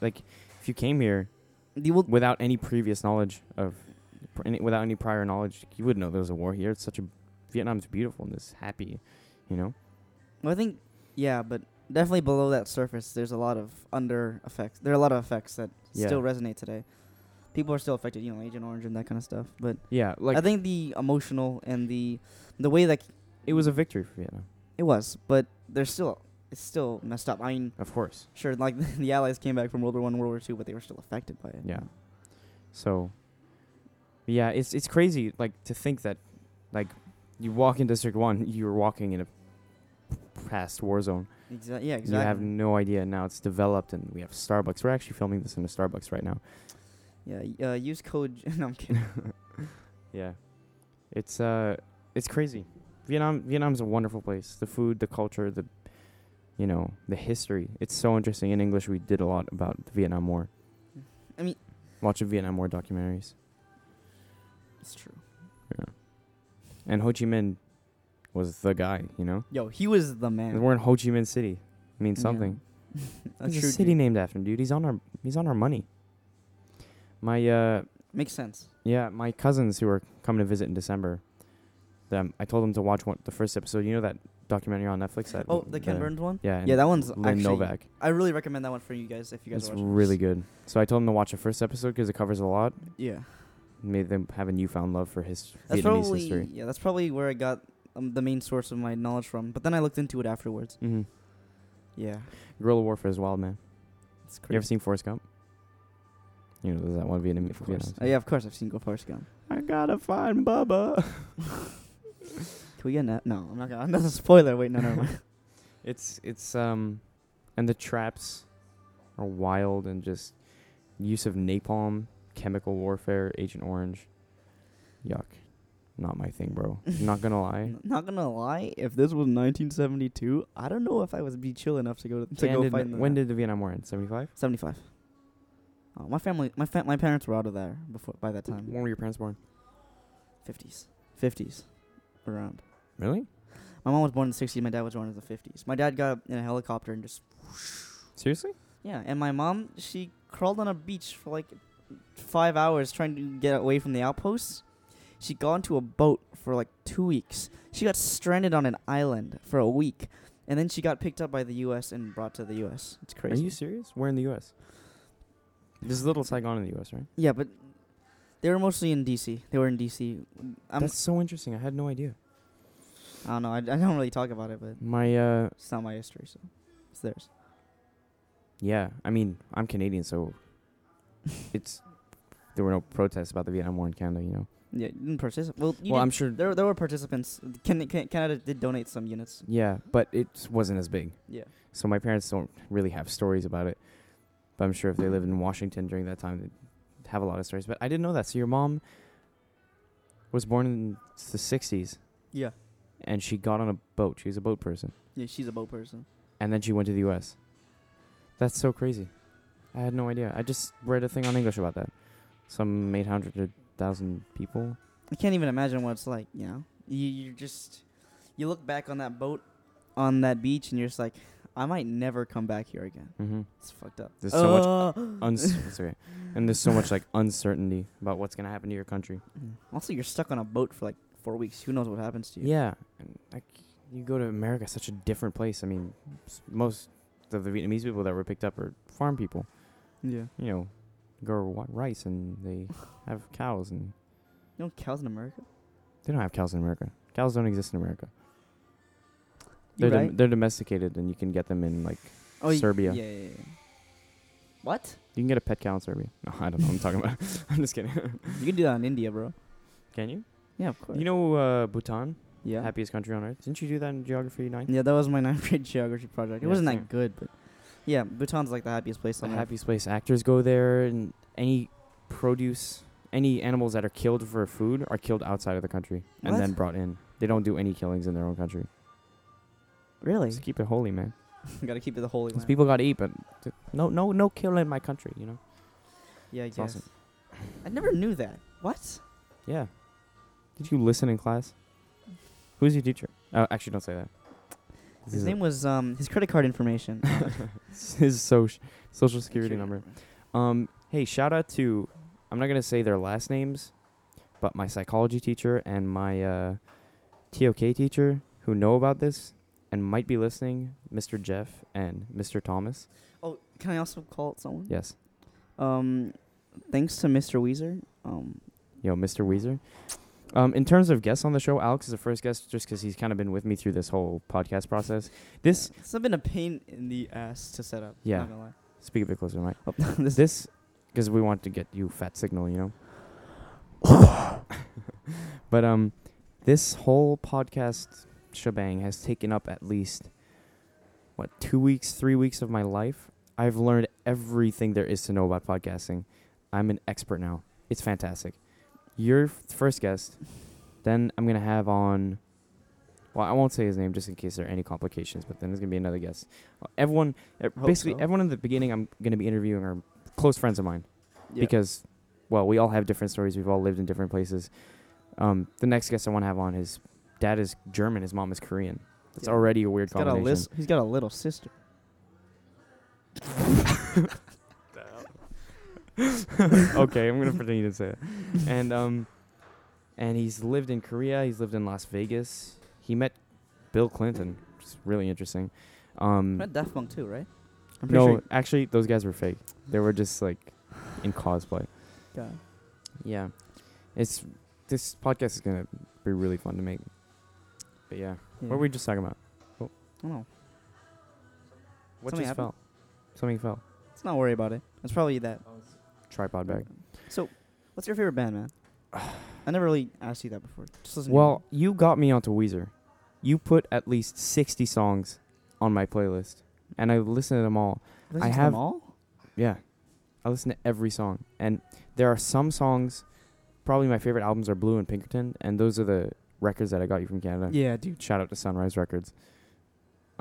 Speaker 1: Like if you came here
Speaker 2: They will.
Speaker 1: without any previous knowledge of, pr- any, without any prior knowledge, you wouldn't know there was a war here. It's such a Vietnam's beautiful and it's happy, you know.
Speaker 2: I think, yeah, but definitely below that surface, there's a lot of under effects. There are a lot of effects that
Speaker 1: Yeah.
Speaker 2: still resonate today. People are still affected, you know, Agent Orange and that kind of stuff. But
Speaker 1: Yeah, like
Speaker 2: I think the emotional and the the way that
Speaker 1: it was a victory for Vietnam,
Speaker 2: It was, but there's still it's still messed up. I mean,
Speaker 1: of course.
Speaker 2: sure, like the Allies came back from World War One, World War Two, but they were still affected by it.
Speaker 1: Yeah. So, yeah, it's it's crazy like to think that, like, you walk in District One, you're walking in a past war zone.
Speaker 2: Exactly. Yeah,
Speaker 1: You have
Speaker 2: exactly.
Speaker 1: no idea. Now it's developed, and we have Starbucks. We're actually filming this in a Starbucks right now.
Speaker 2: yeah. Uh, use code. J- no, I'm kidding.
Speaker 1: Yeah, it's uh, it's crazy. Vietnam, Vietnam's a wonderful place. The food, the culture, the, you know, the history. It's so interesting. In English, we did a lot about the Vietnam War.
Speaker 2: I mean-
Speaker 1: lots of Vietnam War documentaries.
Speaker 2: it's true.
Speaker 1: Yeah. And Ho Chi Minh was the guy, you know?
Speaker 2: Yo, he was the
Speaker 1: And
Speaker 2: man.
Speaker 1: we're in Ho Chi Minh City. It means
Speaker 2: Yeah.
Speaker 1: something.
Speaker 2: A
Speaker 1: There's
Speaker 2: true
Speaker 1: a city
Speaker 2: dude.
Speaker 1: named after him, dude. He's on our he's on our money. My uh
Speaker 2: Makes sense.
Speaker 1: yeah, my cousins who are coming to visit in December. Them, I told them to watch one, the first episode. You know that documentary on Netflix that
Speaker 2: Oh, the Ken Burns one.
Speaker 1: Yeah,
Speaker 2: Yeah,
Speaker 1: and
Speaker 2: that one's
Speaker 1: Lynn
Speaker 2: actually.
Speaker 1: Novak.
Speaker 2: I really recommend that one for you guys if you guys.
Speaker 1: It's
Speaker 2: are watching
Speaker 1: really
Speaker 2: this.
Speaker 1: good. So I told them to watch the first episode because it covers a lot.
Speaker 2: Yeah,
Speaker 1: Made them have a newfound love for his
Speaker 2: that's
Speaker 1: Vietnamese
Speaker 2: probably
Speaker 1: history.
Speaker 2: yeah. That's probably where I got um, the main source of my knowledge from. But then I looked into it afterwards.
Speaker 1: Mm-hmm.
Speaker 2: Yeah,
Speaker 1: Guerrilla warfare is wild, man.
Speaker 2: it's
Speaker 1: You ever
Speaker 2: crazy.
Speaker 1: seen Forrest Gump? You know, there's that one Vietnamese.
Speaker 2: Of course. Uh, yeah, of course I've seen Go Forrest Gump.
Speaker 1: I gotta find Bubba.
Speaker 2: Can we get that? No, I'm not gonna. That's a spoiler. Wait, no, no. mind.
Speaker 1: It's it's um, and the traps are wild and just use of napalm, chemical warfare, Agent Orange. Yuck, not my thing, bro. not gonna lie.
Speaker 2: N- Not gonna lie, if this was 1972, I don't know if I would be chill enough to go to, to
Speaker 1: And
Speaker 2: go
Speaker 1: did-
Speaker 2: fight. in the-
Speaker 1: when did the Vietnam War end? Seventy five.
Speaker 2: 75? Oh, my family, my fa- my parents were out of there before by that time.
Speaker 1: When were your parents born?
Speaker 2: 50s, 50s, around.
Speaker 1: Really?
Speaker 2: My mom was born in the 60s. My dad was born in the 50s. My dad got in a helicopter and just
Speaker 1: Seriously?
Speaker 2: yeah. And my mom, she crawled on a beach for like five hours trying to get away from the outposts. She got into a boat for like two weeks. She got stranded on an island for a week, and then she got picked up by the U.S. and brought to the U.S. It's
Speaker 1: Are
Speaker 2: crazy.
Speaker 1: you serious? Where in the U.S.? There's little Saigon in the U.S., right?
Speaker 2: yeah, but they were mostly in D.C. They were in D.C. I'm,
Speaker 1: That's so interesting. I had no idea.
Speaker 2: I don't know. I, I don't really talk about it, but
Speaker 1: My uh,
Speaker 2: it's not my history, so it's theirs.
Speaker 1: yeah. I mean, I'm Canadian, so it's there were no protests about the Vietnam War in Canada, you know.
Speaker 2: Yeah, you didn't participate. Well, you
Speaker 1: well,
Speaker 2: did
Speaker 1: I'm sure.
Speaker 2: There, there were participants. Can, can, Canada did donate some units.
Speaker 1: Yeah, but it wasn't as big.
Speaker 2: Yeah.
Speaker 1: So my parents don't really have stories about it. But I'm sure if they lived in Washington during that time, they'd have a lot of stories. But I didn't know that. So your mom was born in the 60s
Speaker 2: Yeah.
Speaker 1: and she got on a boat. She was a boat person.
Speaker 2: Yeah, she's a boat person.
Speaker 1: And then she went to the U.S. That's so crazy. I had no idea. I just read a thing on English about that. Some 800,000 people.
Speaker 2: I can't even imagine what it's like, you know? You, you're just, you look back on that boat on that beach and you're just like, I might never come back here again.
Speaker 1: Mm-hmm.
Speaker 2: It's fucked up.
Speaker 1: There's so much
Speaker 2: Uh,
Speaker 1: Uns- it's okay. And there's so much like uncertainty about what's going to happen to your country.
Speaker 2: Mm. also, you're stuck on a boat for like four weeks. Who knows what happens to you?
Speaker 1: Yeah, and like you go to America, such a different place. I mean, s- most of the Vietnamese people that were picked up are farm people.
Speaker 2: Yeah. You
Speaker 1: You know, grow wi- rice and they have cows, and
Speaker 2: know cows in America?
Speaker 1: they don't have cows in America. Cows don't exist in America.
Speaker 2: You
Speaker 1: They're dom-
Speaker 2: right?
Speaker 1: they're domesticated, and you can get them in like
Speaker 2: oh, y-
Speaker 1: Serbia.
Speaker 2: Yeah, yeah, yeah. What?
Speaker 1: you can get a pet cow in Serbia. No, I don't know. what I'm talking about. I'm just kidding.
Speaker 2: You can do that in India, bro.
Speaker 1: can you?
Speaker 2: Yeah, of course.
Speaker 1: You know uh, Bhutan,
Speaker 2: yeah.
Speaker 1: happiest country on earth. Didn't you do that in geography nine?
Speaker 2: Yeah, that was my ninth grade geography project. It
Speaker 1: Yeah,
Speaker 2: wasn't
Speaker 1: same.
Speaker 2: that good, but yeah, Bhutan's like the happiest place
Speaker 1: the
Speaker 2: on earth.
Speaker 1: happiest place. Actors go there, and any produce, any animals that are killed for food are killed outside of the country and
Speaker 2: What?
Speaker 1: then brought in. They don't do any killings in their own country.
Speaker 2: Really?
Speaker 1: Just keep it holy, man.
Speaker 2: Gotta keep it the holy
Speaker 1: Because
Speaker 2: land.
Speaker 1: people got to eat, but th- no, no, no killing in my country. You know.
Speaker 2: yeah, I guess.
Speaker 1: awesome.
Speaker 2: I never knew that. What?
Speaker 1: Yeah. Did you listen in class? Who's your teacher? Oh, actually, don't say that. This
Speaker 2: His
Speaker 1: is
Speaker 2: name was um his credit card information.
Speaker 1: his social social security number. Um, hey, shout out to I'm not gonna say their last names, but my psychology teacher and my uh, TOK teacher who know about this and might be listening, Mr. Jeff and Mr. Thomas.
Speaker 2: Oh, can I also call someone?
Speaker 1: Yes,
Speaker 2: Um, thanks to Mr. Weezer. Um,
Speaker 1: yo, Mr. Weezer. Um, in terms of guests on the show, Alex is the first guest just because he's kind of been with me through this whole podcast process. This,
Speaker 2: yeah, it's been a pain in the ass to set up.
Speaker 1: Yeah.
Speaker 2: Not gonna lie.
Speaker 1: speak a bit closer, Mike.
Speaker 2: Oh, this
Speaker 1: This, because we want to get you fat signal, you know. but um, this whole podcast shebang has taken up at least what two weeks, three weeks of my life. I've learned everything there is to know about podcasting. I'm an expert now. It's fantastic. Your f- first guest, then I'm gonna have on. Well, I won't say his name just in case there are any complications. But then there's gonna be another guest. Everyone, uh,
Speaker 2: Hope
Speaker 1: basically
Speaker 2: so.
Speaker 1: everyone in the beginning, I'm gonna be interviewing are close friends of mine
Speaker 2: yeah.
Speaker 1: because well we all have different stories we've all lived in different places um, the next guest i want to have on is dad is German, his mom is Korean. That's
Speaker 2: Yeah.
Speaker 1: already a weird
Speaker 2: He's got a
Speaker 1: combination.
Speaker 2: list. He's got a little sister.
Speaker 1: okay, I'm gonna pretend you didn't say that. And um, and he's lived in Korea. He's lived in Las Vegas. He met Bill Clinton, which is really interesting. Um,
Speaker 2: Met Daft Punk too, right? I'm
Speaker 1: no, actually, those guys were fake. They were just like in cosplay.
Speaker 2: Yeah.
Speaker 1: Yeah, it's this podcast is gonna be really fun to make. But yeah, what were we just talking about?
Speaker 2: I don't know.
Speaker 1: What
Speaker 2: Something
Speaker 1: just
Speaker 2: happened?
Speaker 1: fell? Something fell.
Speaker 2: Let's not worry about it. It's probably that.
Speaker 1: Tripod bag.
Speaker 2: Mm-hmm. So, what's your favorite band, man? I never really asked you that before. Just listen to
Speaker 1: Well, you got me onto Weezer. You put at least 60 songs on my playlist, and I listened to them all.
Speaker 2: you. Listen
Speaker 1: I
Speaker 2: to
Speaker 1: have-
Speaker 2: them all.
Speaker 1: Yeah. I listen to every song. And there are some songs, probably my favorite albums are Blue and Pinkerton, and those are the records that I got you from Canada.
Speaker 2: Yeah, dude.
Speaker 1: Shout out to Sunrise Records.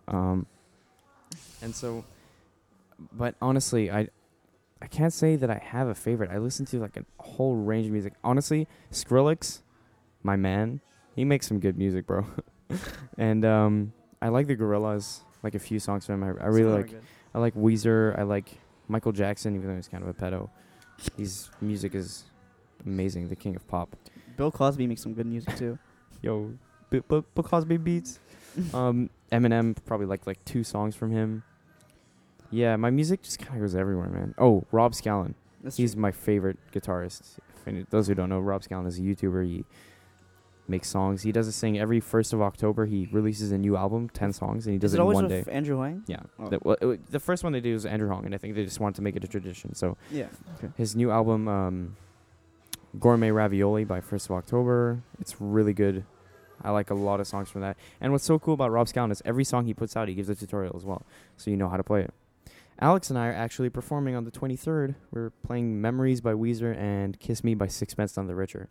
Speaker 1: Um, and so, but honestly, I, I can't say that I have a favorite. I listen to like a whole range of music. Honestly, Skrillex, my man, he makes some good music, bro. and um, I like the Gorillas, like a few songs from him. I, I really like. I like Weezer. I like Michael Jackson, even though he's kind of a pedo. His music is amazing. The king of pop.
Speaker 2: Bill Cosby makes some good music too.
Speaker 1: Yo, Bill, Bill, Bill Cosby beats. um, Eminem probably like like two songs from him. Yeah, my music just kind of goes everywhere, man. Oh, Rob Scallon.
Speaker 2: That's
Speaker 1: He's
Speaker 2: true.
Speaker 1: my favorite guitarist. If any, those who don't know, Rob Scallon is a YouTuber. He makes songs. He does this thing every first of October. He releases a new album, ten songs, and he does
Speaker 2: Is it
Speaker 1: in
Speaker 2: always
Speaker 1: one
Speaker 2: with
Speaker 1: day.
Speaker 2: Andrew Huang?
Speaker 1: Yeah.
Speaker 2: Oh.
Speaker 1: The, well, it wa- the first one they did was Andrew Hong, and I think they just wanted to make it a tradition. So
Speaker 2: Yeah.
Speaker 1: his new album, um, Gourmet Ravioli, by First of October, it's really good. I like a lot of songs from that. And what's so cool about Rob Scallon is every song he puts out, he gives a tutorial as well, so you know how to play it. Alex and I are actually performing on the 23rd. We're playing Memories by Weezer and Kiss Me by Sixpence None the Richer.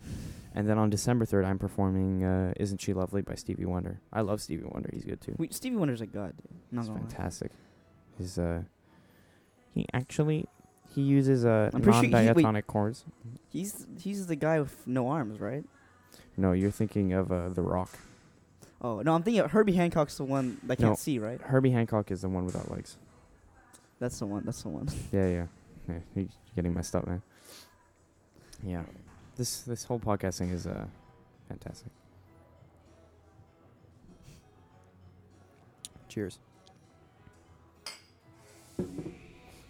Speaker 1: And then on December 3rd, I'm performing uh, Isn't She Lovely by Stevie Wonder. I love Stevie Wonder. He's good too.
Speaker 2: We, Stevie Wonder's a god, dude. Not
Speaker 1: It's
Speaker 2: gonna lie.
Speaker 1: fantastic. His uh, he actually he uses uh,
Speaker 2: I'm pretty sure he- wait.
Speaker 1: non-diatonic chords.
Speaker 2: He's he's the guy with no arms, right?
Speaker 1: No, you're thinking of uh, the Rock.
Speaker 2: Oh no, I'm thinking of Herbie Hancock's the one that can't
Speaker 1: No.
Speaker 2: see, right?
Speaker 1: Herbie Hancock is the one without legs.
Speaker 2: That's the one. That's the one.
Speaker 1: Yeah, yeah, yeah. You're getting messed up, man. Yeah, this this whole podcast thing is uh, fantastic. Cheers. If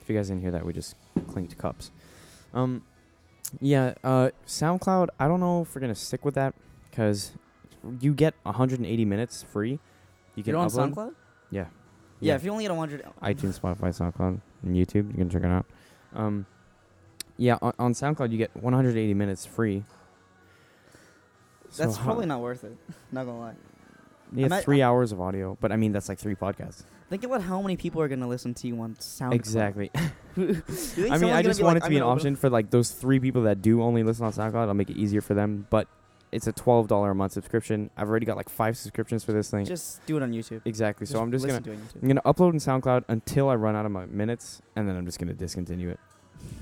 Speaker 1: you guys didn't hear that, we just clinked cups. Um, yeah. Uh, SoundCloud. I don't know if we're gonna stick with that because you get 180 minutes free. You can
Speaker 2: You're on
Speaker 1: upload.
Speaker 2: SoundCloud.
Speaker 1: Yeah.
Speaker 2: Yeah,
Speaker 1: Yeah.
Speaker 2: if you only get a 100.
Speaker 1: iTunes, Spotify, SoundCloud, and YouTube. You can check it out. Um, yeah, on, on SoundCloud you get 180 minutes free. So
Speaker 2: That's
Speaker 1: how-
Speaker 2: probably not worth it. Not gonna lie.
Speaker 1: yeah,
Speaker 2: I'm at-
Speaker 1: three hours of audio, but I mean that's like three podcasts.
Speaker 2: Think about how many people are gonna listen to you on SoundCloud.
Speaker 1: Exactly.
Speaker 2: I
Speaker 1: I mean, I just want it to be an option for like those three people that do only listen on SoundCloud. I'll make it easier for them, but it's a twelve dollar a month subscription. I've already got like five subscriptions for this thing.
Speaker 2: Just do it on YouTube.
Speaker 1: exactly. So I'm just gonna
Speaker 2: listen to it
Speaker 1: I'm
Speaker 2: on YouTube.
Speaker 1: gonna upload in SoundCloud until I run out of my minutes, and then I'm just gonna discontinue it.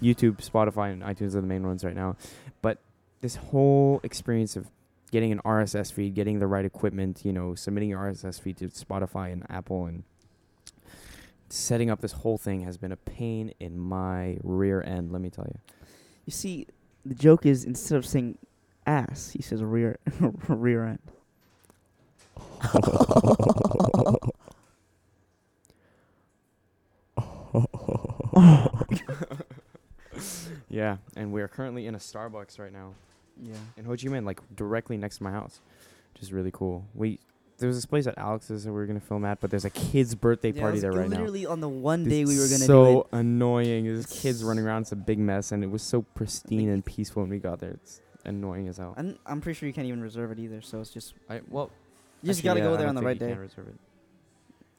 Speaker 1: YouTube, Spotify, and iTunes are the main ones right now. But this whole experience of getting an RSS feed, getting the right equipment, you know, submitting your RSS feed to Spotify and Apple, and setting up this whole thing has been a pain in my rear end. Let me tell you.
Speaker 2: You see, the joke is instead of saying ass, he says rear rear end.
Speaker 1: Yeah, and we are currently in a Starbucks right now.
Speaker 2: Yeah.
Speaker 1: in Ho Chi Minh, like directly next to my house, which is really cool. We there was this place at Alex's that we were gonna film at, but there's a kid's birthday
Speaker 2: Yeah, I
Speaker 1: party
Speaker 2: was
Speaker 1: there right now.
Speaker 2: Literally on the one
Speaker 1: It's
Speaker 2: day we were gonna do
Speaker 1: so
Speaker 2: it.
Speaker 1: annoying. There's kids running around. It's a big mess, and it was so pristine and peaceful when we got there. It's annoying as hell.
Speaker 2: I'm, I'm pretty sure you can't even reserve it either, so it's just
Speaker 1: I, well,
Speaker 2: you just gotta go there on the right day.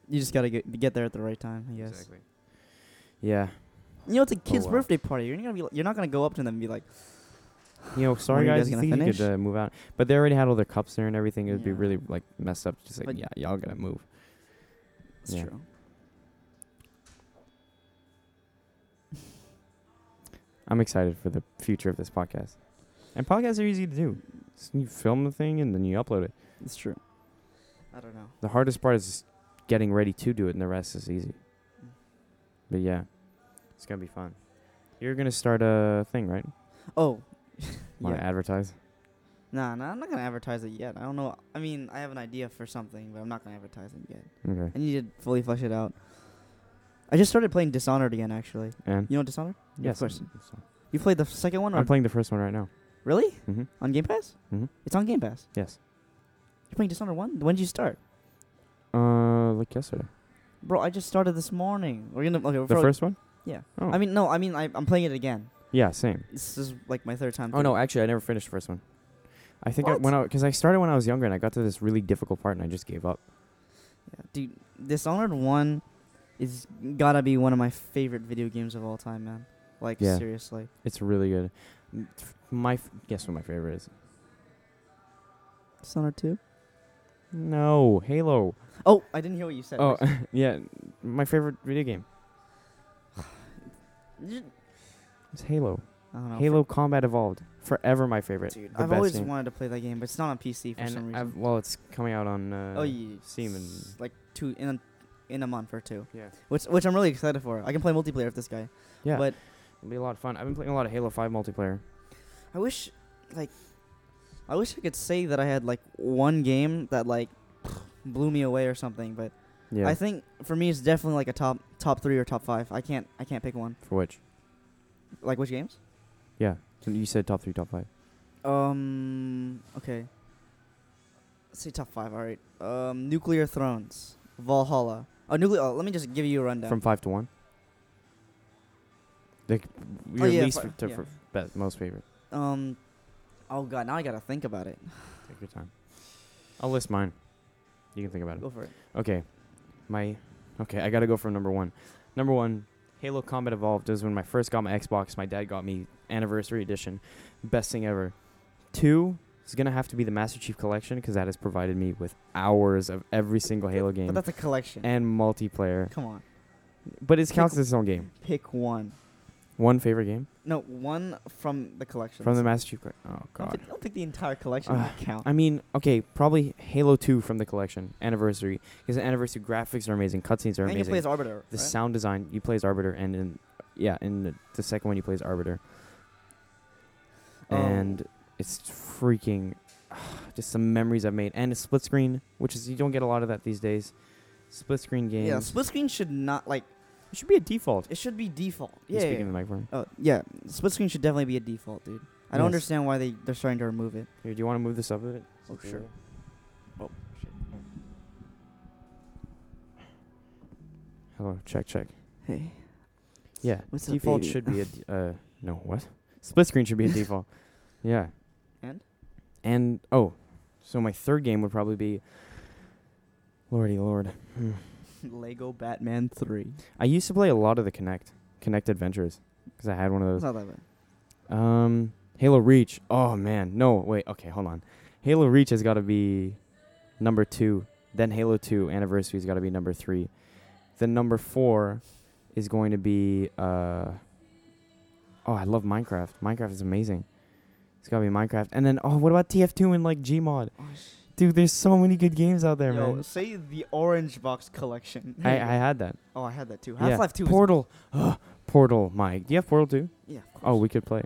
Speaker 2: You just gotta get, get there at the right time, I guess.
Speaker 1: Yeah,
Speaker 2: You know, it's a kid's
Speaker 1: Oh, wow.
Speaker 2: birthday party. You're not gonna be like, you're not gonna go up to them and be like,
Speaker 1: you know, sorry
Speaker 2: you guys
Speaker 1: guys, you
Speaker 2: gonna
Speaker 1: think you
Speaker 2: finish?
Speaker 1: could uh, move out, but they already had all their cups there and everything. It'd be
Speaker 2: Yeah.
Speaker 1: really like messed up. Just like
Speaker 2: But-
Speaker 1: yeah, y'all gotta move.
Speaker 2: "It's
Speaker 1: Yeah.
Speaker 2: true."
Speaker 1: I'm excited for the future of this podcast. And podcasts are easy to do. Just you film the thing and then you upload it.
Speaker 2: It's true. I don't know.
Speaker 1: The hardest part is just getting ready to do it, and the rest is easy. But yeah, it's gonna be fun. You're gonna start a thing, right?
Speaker 2: Oh,
Speaker 1: Want
Speaker 2: yeah.
Speaker 1: to advertise?
Speaker 2: Nah, nah, I'm not gonna advertise it yet. I don't know. I mean, I have an idea for something, but I'm not gonna advertise it yet.
Speaker 1: Okay.
Speaker 2: I need to fully flesh it out. I just started playing Dishonored again, actually.
Speaker 1: And
Speaker 2: You know Dishonored?
Speaker 1: yes,
Speaker 2: Of course.
Speaker 1: so-
Speaker 2: You played the second one? Or
Speaker 1: I'm playing the first one right now.
Speaker 2: really?
Speaker 1: Mm-hmm.
Speaker 2: On Game Pass?
Speaker 1: Mhm.
Speaker 2: It's on Game Pass.
Speaker 1: Yes.
Speaker 2: You're playing Dishonored 1? When did you start?
Speaker 1: Uh, like yesterday.
Speaker 2: Bro, I just started this morning. We're gonna. Okay, we're
Speaker 1: The
Speaker 2: probably-
Speaker 1: first one?
Speaker 2: Yeah.
Speaker 1: Oh.
Speaker 2: I mean, no, I mean, I, I'm playing it again.
Speaker 1: Yeah, same.
Speaker 2: This is like my third time.
Speaker 1: Oh
Speaker 2: through.
Speaker 1: no, actually, I never finished the first one. I think I,
Speaker 2: What?
Speaker 1: when I because I started when I was younger and I got to this really difficult part and I just gave up.
Speaker 2: Yeah, dude, Dishonored 1 is gotta be one of my favorite video games of all time, man. Like,
Speaker 1: Yeah.
Speaker 2: seriously.
Speaker 1: It's really good. M- f- My f- guess what my favorite is?
Speaker 2: Dishonored 2?
Speaker 1: No, Halo.
Speaker 2: Oh, I didn't hear what you said.
Speaker 1: Oh yeah, my favorite video game
Speaker 2: Actually.
Speaker 1: is Halo.
Speaker 2: I don't know.
Speaker 1: Halo Combat Evolved, forever my favorite.
Speaker 2: Dude,
Speaker 1: The
Speaker 2: I've
Speaker 1: best
Speaker 2: always
Speaker 1: game.
Speaker 2: wanted to play that game, but it's not on PC for
Speaker 1: and
Speaker 2: some
Speaker 1: I've-
Speaker 2: reason.
Speaker 1: well, it's coming out on. Uh,
Speaker 2: oh, yeah,
Speaker 1: Steam and-
Speaker 2: s- like two in a, in a month or two,
Speaker 1: yeah,
Speaker 2: which which I'm really excited for. I can play multiplayer with this guy.
Speaker 1: yeah.
Speaker 2: But
Speaker 1: It'll be a lot of fun. I've been playing a lot of Halo Five multiplayer.
Speaker 2: I wish, like, I wish I could say that I had like one game that like blew me away or something. But
Speaker 1: Yeah.
Speaker 2: I think for me, it's definitely like a top top three or top five. I can't I can't pick one.
Speaker 1: For which?
Speaker 2: Like which games?
Speaker 1: Yeah. So you said top three, top five.
Speaker 2: Um. Okay. Let's say top five. All right. Um. Nuclear Thrones, Valhalla. Oh, nuclear. Oh, let me just give you a rundown.
Speaker 1: From five to one. Like your
Speaker 2: Oh, yeah,
Speaker 1: least
Speaker 2: fi-
Speaker 1: f- to
Speaker 2: yeah.
Speaker 1: f- best, most favorite.
Speaker 2: Um, oh god, now I gotta think about it.
Speaker 1: Take your time. I'll list mine. You can think about it.
Speaker 2: Go for it.
Speaker 1: Okay. My Okay, I got to go from number 1. Number 1, Halo Combat Evolved is when my first got my Xbox, my dad got me anniversary edition. Best thing ever. 2 is going to have to be the Master Chief Collection cuz that has provided me with hours of every single Halo
Speaker 2: But
Speaker 1: game
Speaker 2: that's a collection.
Speaker 1: and multiplayer.
Speaker 2: Come on,
Speaker 1: But it counts as its own game.
Speaker 2: pick one.
Speaker 1: One favorite game
Speaker 2: No, one from the collection.
Speaker 1: from the Master Chief. Colle- Oh
Speaker 2: Don't
Speaker 1: god.
Speaker 2: pick, don't pick the entire collection.
Speaker 1: Ah,
Speaker 2: Don't count.
Speaker 1: I mean, okay, probably Halo 2 from the collection, Anniversary, because the Anniversary graphics are amazing, cutscenes are
Speaker 2: and you
Speaker 1: amazing.
Speaker 2: play as Arbiter.
Speaker 1: the
Speaker 2: right?
Speaker 1: sound design, you play as Arbiter, and in, yeah, in the, the second one you play as Arbiter,
Speaker 2: Oh.
Speaker 1: and it's freaking just some memories I've made, and a split screen, which is you don't get a lot of that these days. Split screen games,
Speaker 2: Yeah, split screen should not like
Speaker 1: it should be a default.
Speaker 2: it should be default.
Speaker 1: You
Speaker 2: Yeah. yeah,
Speaker 1: speaking
Speaker 2: yeah.
Speaker 1: of the microphone.
Speaker 2: Oh yeah, split screen should definitely be a default, dude. I don't
Speaker 1: Yes.
Speaker 2: understand why they they're starting to remove it.
Speaker 1: Here, do you want to move this up a bit?
Speaker 2: Oh,
Speaker 1: Okay.
Speaker 2: sure. Oh shit.
Speaker 1: Hello, check, check.
Speaker 2: Hey.
Speaker 1: Yeah,
Speaker 2: What's up,
Speaker 1: default
Speaker 2: baby?
Speaker 1: should be a d- uh no what? Split screen should be a default. Yeah.
Speaker 2: And?
Speaker 1: And oh, so my third game would probably be. Lordy Lord, Hmm.
Speaker 2: Lego Batman Three.
Speaker 1: I used to play a lot of the Connect Connect Adventures because I had one of
Speaker 2: It's
Speaker 1: those.
Speaker 2: not that bad.
Speaker 1: Um, Halo Reach. Oh man, no wait, okay, hold on. Halo Reach has got to be number two. Then Halo Two Anniversary has got to be number three. Then number four is going to be uh. Oh, I love Minecraft. Minecraft is amazing. It's got to be Minecraft. And then oh, what about TF2 and like Gmod?
Speaker 2: Oh, sh-
Speaker 1: Dude, there's so many good games out there,
Speaker 2: Yo,
Speaker 1: man.
Speaker 2: say the orange box collection.
Speaker 1: I, I had that.
Speaker 2: oh, I had that too.
Speaker 1: Yeah.
Speaker 2: Half Life Two. is
Speaker 1: Portal. Ugh, Portal, Mike. Do you have Portal too?
Speaker 2: Yeah. Of course.
Speaker 1: Oh, we could play.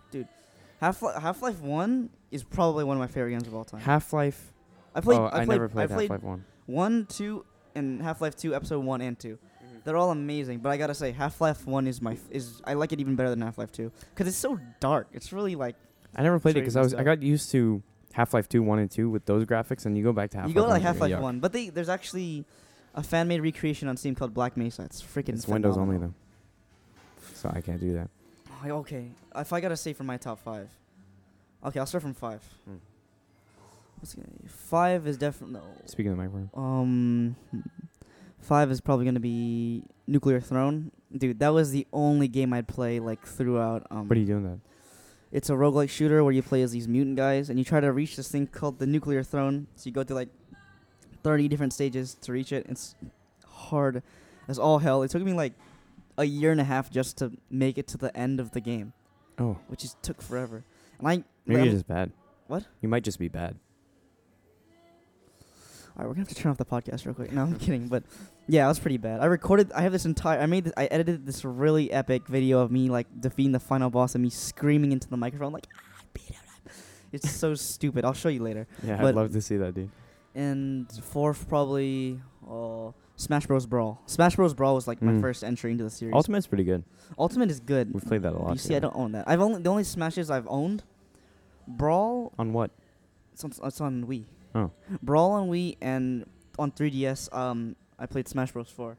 Speaker 2: Half Half Life One is probably one of my favorite games of all time.
Speaker 1: Half Life.
Speaker 2: I played.
Speaker 1: oh,
Speaker 2: I,
Speaker 1: I,
Speaker 2: played
Speaker 1: never played,
Speaker 2: I played
Speaker 1: Half Life One.
Speaker 2: one, two, and Half Life Two, Episode One and 2 they They're all amazing, but I gotta say, Half Life One is my f- is I like it even better than Half Life Two because it's so dark. It's really like
Speaker 1: I never played it because
Speaker 2: Crazy
Speaker 1: I was I
Speaker 2: stuff.
Speaker 1: got used to Half Life Two, One, and Two with those graphics, and you go back to Half
Speaker 2: you
Speaker 1: Life.
Speaker 2: go to like
Speaker 1: and
Speaker 2: Half
Speaker 1: you're like,
Speaker 2: Life
Speaker 1: yuck.
Speaker 2: One, but they there's actually a fan made recreation on Steam called Black Mesa. It's freaking.
Speaker 1: It's Windows only
Speaker 2: phenomenal.
Speaker 1: though, so I can't do that.
Speaker 2: Like, Okay, if I gotta say from my top five, okay, I'll start from five.
Speaker 1: Hmm.
Speaker 2: What's gonna be? Five is definitely no.
Speaker 1: Speaking of the microphone,
Speaker 2: Um, hmm. five is probably gonna be Nuclear Throne, dude. That was the only game I'd play like throughout. Um,
Speaker 1: what are you doing that?
Speaker 2: it's a roguelike shooter where you play as these mutant guys and you try to reach this thing called the Nuclear Throne. So you go through like thirty different stages to reach it. It's hard as all hell. It took me like a year and a half just to make it to the end of the game,
Speaker 1: Oh,
Speaker 2: which is took forever. And I
Speaker 1: maybe
Speaker 2: I'm-
Speaker 1: you're just bad.
Speaker 2: What?
Speaker 1: You might just be bad.
Speaker 2: All right, we're gonna have to turn off the podcast real quick. No, I'm kidding. But yeah, I was pretty bad. I recorded. I have this entire. I made. This, I edited this really epic video of me like defeating the final boss and me screaming into the microphone like, ah, I beat him. It's so stupid. I'll show you later.
Speaker 1: Yeah, I'd
Speaker 2: But-
Speaker 1: love to see that, dude.
Speaker 2: And fourth, probably uh, Smash Bros. Brawl. Smash Bros. Brawl was like my
Speaker 1: Mm.
Speaker 2: first entry into the series.
Speaker 1: Ultimate's pretty good.
Speaker 2: Ultimate is good.
Speaker 1: We've played that a lot.
Speaker 2: You see,
Speaker 1: yeah.
Speaker 2: I don't own that. I've only the only Smashes I've owned. Brawl.
Speaker 1: On what?
Speaker 2: It's on, it's on Wii.
Speaker 1: Oh.
Speaker 2: Brawl on Wii and on 3DS. Um, I played Smash Bros. 4,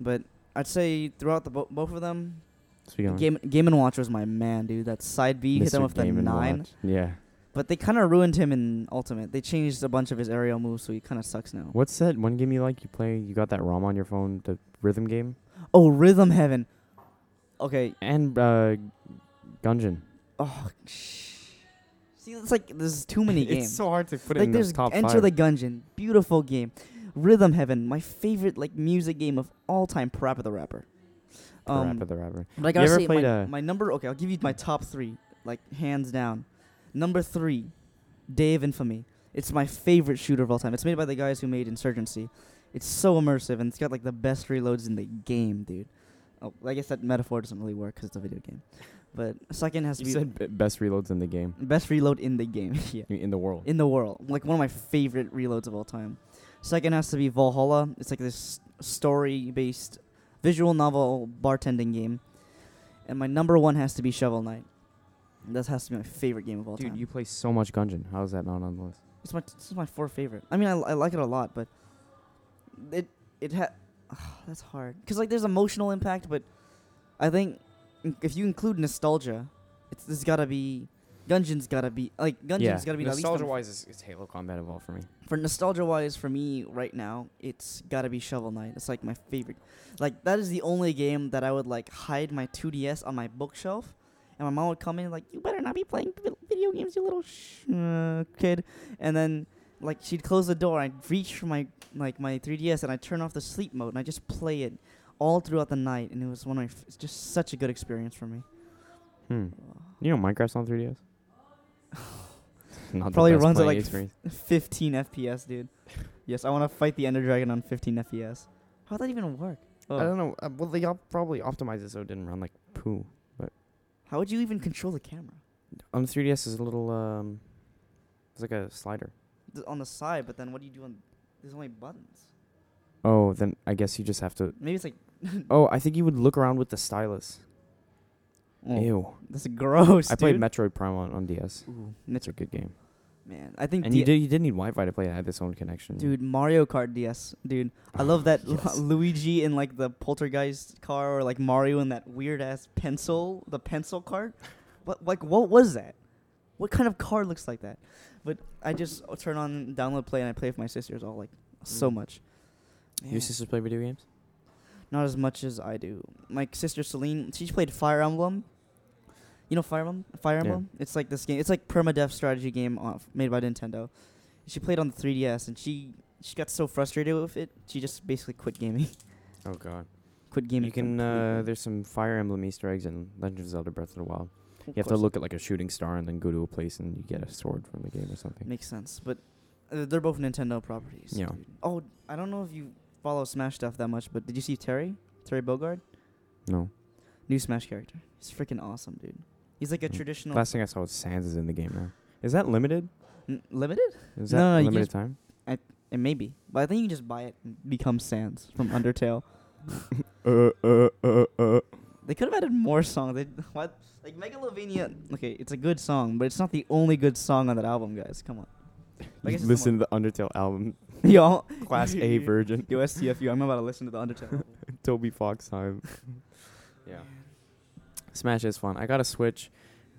Speaker 2: but I'd say throughout the bo- both of them,
Speaker 1: Speaking of
Speaker 2: Game Game and Watch was my man, dude. That side B hit him
Speaker 1: Mr.
Speaker 2: with the
Speaker 1: Game and
Speaker 2: nine,
Speaker 1: Watch. Yeah.
Speaker 2: but they kind of ruined him in Ultimate. They changed a bunch of his aerial moves, so he kind of sucks now.
Speaker 1: What's that one game you like? You play? You got that ROM on your phone, the rhythm game,
Speaker 2: Oh, Rhythm Heaven. Okay.
Speaker 1: and uh, Gungeon.
Speaker 2: Oh, shh. See, it's like there's too many games.
Speaker 1: It's so hard to put it
Speaker 2: like
Speaker 1: in
Speaker 2: there's
Speaker 1: the top
Speaker 2: Enter
Speaker 1: five.
Speaker 2: the Gungeon, beautiful game. Rhythm Heaven, my favorite like music game of all time. Parappa the Rapper.
Speaker 1: The
Speaker 2: um,
Speaker 1: rapper, the rapper.
Speaker 2: but I
Speaker 1: You
Speaker 2: gotta
Speaker 1: ever
Speaker 2: say,
Speaker 1: played,
Speaker 2: my,
Speaker 1: uh,
Speaker 2: my number. Okay, I'll give you my top three, like hands down. Number three, Day of Infamy. It's my favorite shooter of all time. It's made by the guys who made Insurgency. It's so immersive and it's got like the best reloads in the game, dude. Oh, I guess that metaphor doesn't really work because it's a video game. But second has to
Speaker 1: You
Speaker 2: be
Speaker 1: said b- best reloads in the game,
Speaker 2: best reload in the game. yeah.
Speaker 1: in the world.
Speaker 2: in the world. Like one of my favorite reloads of all time. Second has to be Valhalla. It's like this story-based visual novel bartending game. And my number one has to be Shovel Knight. That has to be my favorite game of all
Speaker 1: Dude,
Speaker 2: time.
Speaker 1: you play so much Gungeon. How is that not on the list?
Speaker 2: it's my this is my fourth favorite. I mean, I, I like it a lot, but it it ha that's hard because like there's emotional impact, but I think in- if you include nostalgia, it's there's gotta be Gungeon's gotta be like Gungeon's gotta be at least
Speaker 1: nostalgia
Speaker 2: number
Speaker 1: wise, it's, it's Halo Combat Evolved for me.
Speaker 2: for nostalgia wise for me right now it's gotta be shovel knight it's like my favorite like that is the only game that i would like hide my 2ds on my bookshelf and my mom would come in like you better not be playing vi- video games you little sh- uh, kid and then like she'd close the door i'd reach for my like my 3ds and i'd turn off the sleep mode and i just play it all throughout the night and it was one of my f- it's just such a good experience for me
Speaker 1: Hmm. You know Minecraft's on 3DS. not the
Speaker 2: Probably
Speaker 1: best
Speaker 2: runs at,
Speaker 1: playing
Speaker 2: like,
Speaker 1: experience.
Speaker 2: 15 fps dude yes i want to fight the ender dragon on 15 fps how'd that even work Oh.
Speaker 1: I don't know. Uh, well, they all probably optimized it so it didn't run like poo.
Speaker 2: How would you even control the camera?
Speaker 1: On the 3DS is a little um, it's like a slider.
Speaker 2: Th- on the side, but then what do you do on? There's only buttons.
Speaker 1: Oh, then I guess you just have to.
Speaker 2: Maybe it's like.
Speaker 1: Oh, I think you would look around with the stylus. Ew.
Speaker 2: That's gross.
Speaker 1: I played
Speaker 2: Oh. dude.
Speaker 1: Metroid Prime on, on DS.
Speaker 2: Ooh,
Speaker 1: It's a good game.
Speaker 2: man. I think.
Speaker 1: And
Speaker 2: D-
Speaker 1: you did you did need Wi-Fi to play. it. I had this own connection.
Speaker 2: Dude, Mario Kart DS. Dude, I love that Lu-
Speaker 1: Yes.
Speaker 2: Luigi in like the poltergeist car, or like Mario in that weird ass pencil, the pencil cart. What like what was that? What kind of car looks like that? But I just turn on download play and I play with my sisters all like so
Speaker 1: Mm.
Speaker 2: much.
Speaker 1: your
Speaker 2: Man.
Speaker 1: sisters play video games.
Speaker 2: Not as much as I do. My sister Celine, she played Fire Emblem. You know Fire Emblem? Fire
Speaker 1: Yeah.
Speaker 2: Emblem? It's like this game. It's like permadeath strategy game off, made by Nintendo. She played on the 3DS and she she got so frustrated with it. She just basically quit gaming.
Speaker 1: Oh God.
Speaker 2: quit gaming.
Speaker 1: You can. Uh,
Speaker 2: completely.
Speaker 1: there's some Fire Emblem Easter eggs in Legend of Zelda: Breath of the Wild. You
Speaker 2: Of
Speaker 1: have to
Speaker 2: course.
Speaker 1: look at like a shooting star and then go to a place and you get a sword from the game or something.
Speaker 2: Makes sense, but uh, they're both Nintendo properties.
Speaker 1: Yeah.
Speaker 2: dude. Oh, I don't know if you follow Smash stuff that much, but did you see Terry? Terry Bogard,
Speaker 1: No.
Speaker 2: new Smash character. He's freaking awesome, dude. He's like a
Speaker 1: Mm.
Speaker 2: traditional
Speaker 1: Last thing I saw was Sans is in the game now. Is that limited?
Speaker 2: N- limited.
Speaker 1: Is
Speaker 2: No,
Speaker 1: that
Speaker 2: no, you
Speaker 1: limited
Speaker 2: just-
Speaker 1: time?
Speaker 2: It may be, but I think you can just buy it and become Sans from Undertale.
Speaker 1: Uh, uh, uh, uh.
Speaker 2: They could have added more songs. They what? Like Megalovania. Okay, it's a good song, but it's not the only good song on that album, guys. Come on. I guess it's
Speaker 1: Listen to the Undertale album,
Speaker 2: Yo,
Speaker 1: Class A version,
Speaker 2: yo, STFU. I'm about to listen to the Undertale. album.
Speaker 1: Toby Fox time. yeah. Smash is fun. I got a Switch,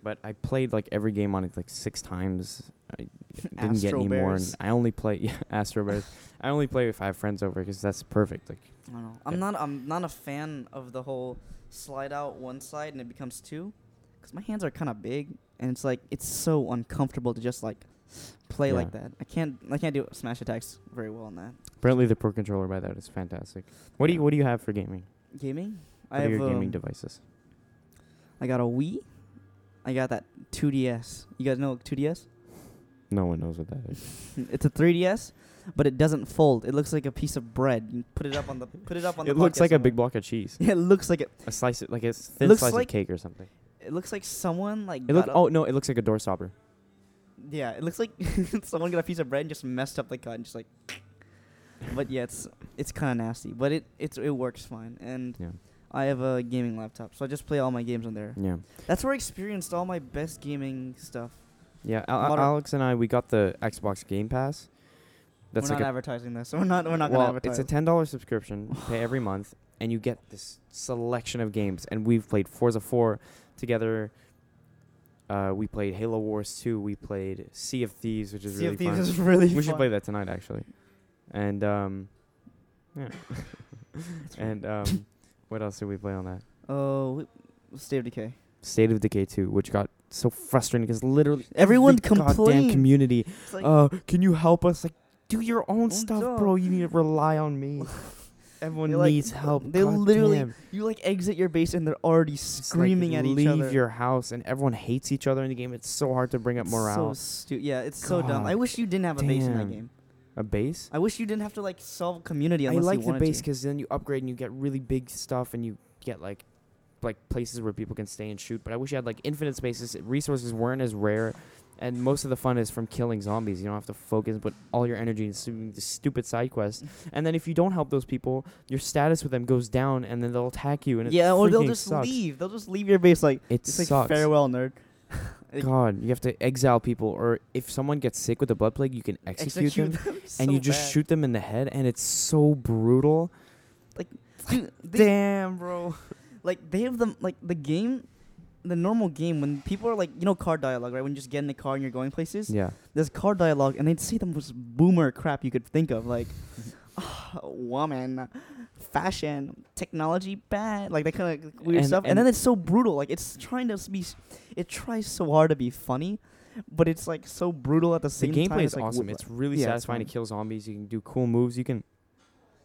Speaker 1: but I played like every game on it like six times. I didn't get
Speaker 2: Astro
Speaker 1: any more. And
Speaker 2: Bears.
Speaker 1: I only play yeah, Astro Bears. I only play if I have friends over because that's perfect. Like
Speaker 2: I don't know. I'm
Speaker 1: Yeah.
Speaker 2: not. I'm not a fan of the whole slide out one side and it becomes two, because my hands are kind of big and it's like it's so uncomfortable to just like play
Speaker 1: Yeah.
Speaker 2: like that. I can't. I can't do smash attacks very well on that.
Speaker 1: apparently the Pro Controller by that is fantastic. What do you What do you have for gaming?
Speaker 2: Gaming.
Speaker 1: What are your
Speaker 2: um,
Speaker 1: gaming devices?
Speaker 2: I got a Wii. I got that 2DS. You guys know 2DS?
Speaker 1: No one knows what that is.
Speaker 2: it's a 3DS, but it doesn't fold. It looks like a piece of bread. You put it up on the put it up on the
Speaker 1: it looks
Speaker 2: podcast
Speaker 1: like a
Speaker 2: somewhere.
Speaker 1: big block of cheese.
Speaker 2: it looks like it.
Speaker 1: A slice, of, like a thin
Speaker 2: looks
Speaker 1: slice
Speaker 2: like-
Speaker 1: of cake or something.
Speaker 2: It looks like someone like
Speaker 1: It looks.
Speaker 2: got a-
Speaker 1: Oh no, it looks like a doorstopper.
Speaker 2: Yeah, it looks like someone got a piece of bread and just messed up the cut and just like. but yeah, it's it's kind of nasty, but it it's it works fine. And
Speaker 1: Yeah.
Speaker 2: I have a gaming laptop, so I just play all my games on there.
Speaker 1: Yeah.
Speaker 2: That's where I experienced all my best gaming stuff.
Speaker 1: Yeah. Al- Al-
Speaker 2: Modern-
Speaker 1: Alex and I, we got the Xbox Game Pass. That's
Speaker 2: we're
Speaker 1: like
Speaker 2: not
Speaker 1: a
Speaker 2: advertising this. We're not. We're not
Speaker 1: well,
Speaker 2: gonna advertise.
Speaker 1: it's a ten dollar subscription you pay every month, and you get this selection of games. And we've played Forza Four together. Uh, we played Halo Wars Two. We played Sea of Thieves, which is
Speaker 2: Sea
Speaker 1: really
Speaker 2: of Thieves
Speaker 1: fun.
Speaker 2: is really.
Speaker 1: we
Speaker 2: fun.
Speaker 1: should play that tonight, actually. And um, yeah. and um, what else did we play on that?
Speaker 2: Oh, we, State of Decay.
Speaker 1: State of Decay Two, which got so frustrating because literally
Speaker 2: Everyone
Speaker 1: every goddamn
Speaker 2: complained.
Speaker 1: community.
Speaker 2: It's like,
Speaker 1: uh, can you help us? Like, do your own
Speaker 2: Own
Speaker 1: stuff,
Speaker 2: stuff.
Speaker 1: bro. You need to rely on me. Everyone
Speaker 2: They're like-
Speaker 1: needs help.
Speaker 2: they literally
Speaker 1: goddamn.
Speaker 2: you like exit your base and they're already
Speaker 1: It's like,
Speaker 2: screaming at each
Speaker 1: leave
Speaker 2: other.
Speaker 1: your house, and everyone hates each other in the game. It's so hard to bring up
Speaker 2: It's
Speaker 1: morale.
Speaker 2: So stu- yeah, it's so dumb. I
Speaker 1: God
Speaker 2: wish you didn't have a base in that
Speaker 1: damn.
Speaker 2: game.
Speaker 1: a base.
Speaker 2: I wish you didn't have to like solve community
Speaker 1: I
Speaker 2: unless
Speaker 1: like
Speaker 2: you
Speaker 1: the
Speaker 2: wanted
Speaker 1: base
Speaker 2: to.
Speaker 1: because then you upgrade and you get really big stuff, and you get like like places where people can stay and shoot. But I wish you had like infinite spaces. Resources weren't as rare. And most of the fun is from killing zombies. You don't have to focus, put all your energy into doing the stupid side quests. And then if you don't help those people, your status with them goes down, and then they'll attack you. And it
Speaker 2: yeah, or they'll
Speaker 1: freaking
Speaker 2: just
Speaker 1: sucks.
Speaker 2: leave. They'll just leave your base like
Speaker 1: It
Speaker 2: it's like
Speaker 1: sucks.
Speaker 2: farewell, nerd. Like,
Speaker 1: God, you have to exile people, or if someone gets sick with the blood plague, you can execute, them,
Speaker 2: so
Speaker 1: and you just
Speaker 2: bad.
Speaker 1: shoot them in the head, and it's so brutal.
Speaker 2: Dude, they-
Speaker 1: Damn, bro.
Speaker 2: like they have the like the game, the normal game when people are like you know car dialogue right when you just get in the car and you're going places.
Speaker 1: Yeah,
Speaker 2: There's car dialogue and they'd say the most boomer crap you could think of like. "Ah, Woman, fashion, technology, bad, like that kind of weird
Speaker 1: And-
Speaker 2: stuff, and,
Speaker 1: and-
Speaker 2: then it's so brutal. Like it's trying to be, s- it tries so hard to be funny, but it's like so brutal at the
Speaker 1: the
Speaker 2: same time.
Speaker 1: gameplay
Speaker 2: it's,
Speaker 1: is
Speaker 2: like,
Speaker 1: awesome.
Speaker 2: wh-
Speaker 1: It's really
Speaker 2: yeah, it's
Speaker 1: satisfying
Speaker 2: fun.
Speaker 1: to kill zombies. You can do cool moves. You can,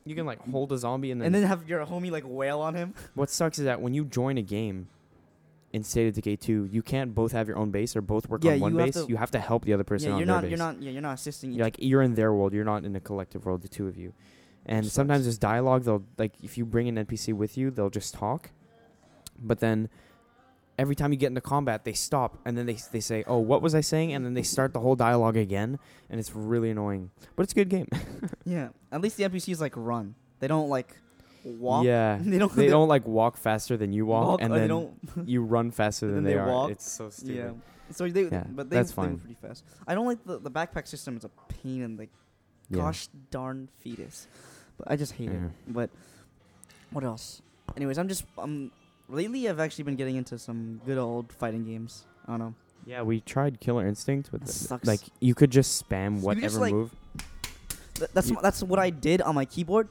Speaker 1: you can like hold a zombie, and then,
Speaker 2: and then have your homie like wail on him.
Speaker 1: what sucks is that when you join a game. In State of Decay 2, you can't both have your own base or both work
Speaker 2: Yeah,
Speaker 1: on one
Speaker 2: you have
Speaker 1: base.
Speaker 2: to-
Speaker 1: you have to help the other person
Speaker 2: yeah,
Speaker 1: on
Speaker 2: you're
Speaker 1: their
Speaker 2: not,
Speaker 1: base.
Speaker 2: you're not, yeah, you're not assisting.
Speaker 1: You're like you're in their world. You're not in a collective world, the two of you. And
Speaker 2: Which
Speaker 1: sometimes
Speaker 2: sucks.
Speaker 1: there's dialogue. They'll like if you bring an NPC with you, they'll just talk. But then every time you get into combat, they stop and then they they say, "Oh, what was I saying?" And then they start the whole dialogue again, and it's really annoying. But it's a good game.
Speaker 2: yeah, at least the NPCs like run. They don't like walk.
Speaker 1: Yeah.
Speaker 2: they don't.
Speaker 1: they don't like walk faster than you walk, and
Speaker 2: or
Speaker 1: then
Speaker 2: they don't.
Speaker 1: you run faster
Speaker 2: and
Speaker 1: than
Speaker 2: then
Speaker 1: they,
Speaker 2: they
Speaker 1: are.
Speaker 2: walk.
Speaker 1: It's so stupid.
Speaker 2: Yeah. So they,
Speaker 1: Yeah,
Speaker 2: but they,
Speaker 1: that's
Speaker 2: they
Speaker 1: fine.
Speaker 2: move pretty fast. I don't like the the backpack system. It's a pain in the
Speaker 1: Yeah. Mm-hmm.
Speaker 2: gosh darn fetus. But I just hate
Speaker 1: Yeah.
Speaker 2: it. But what else? Anyways, I'm just um lately I've actually been getting into some good old fighting games. I don't know.
Speaker 1: Yeah, we tried Killer Instinct, but
Speaker 2: That
Speaker 1: th-
Speaker 2: sucks.
Speaker 1: like you could just spam
Speaker 2: just,
Speaker 1: whatever
Speaker 2: like,
Speaker 1: move,
Speaker 2: Th- that's
Speaker 1: You-
Speaker 2: wh- that's what I did on my keyboard,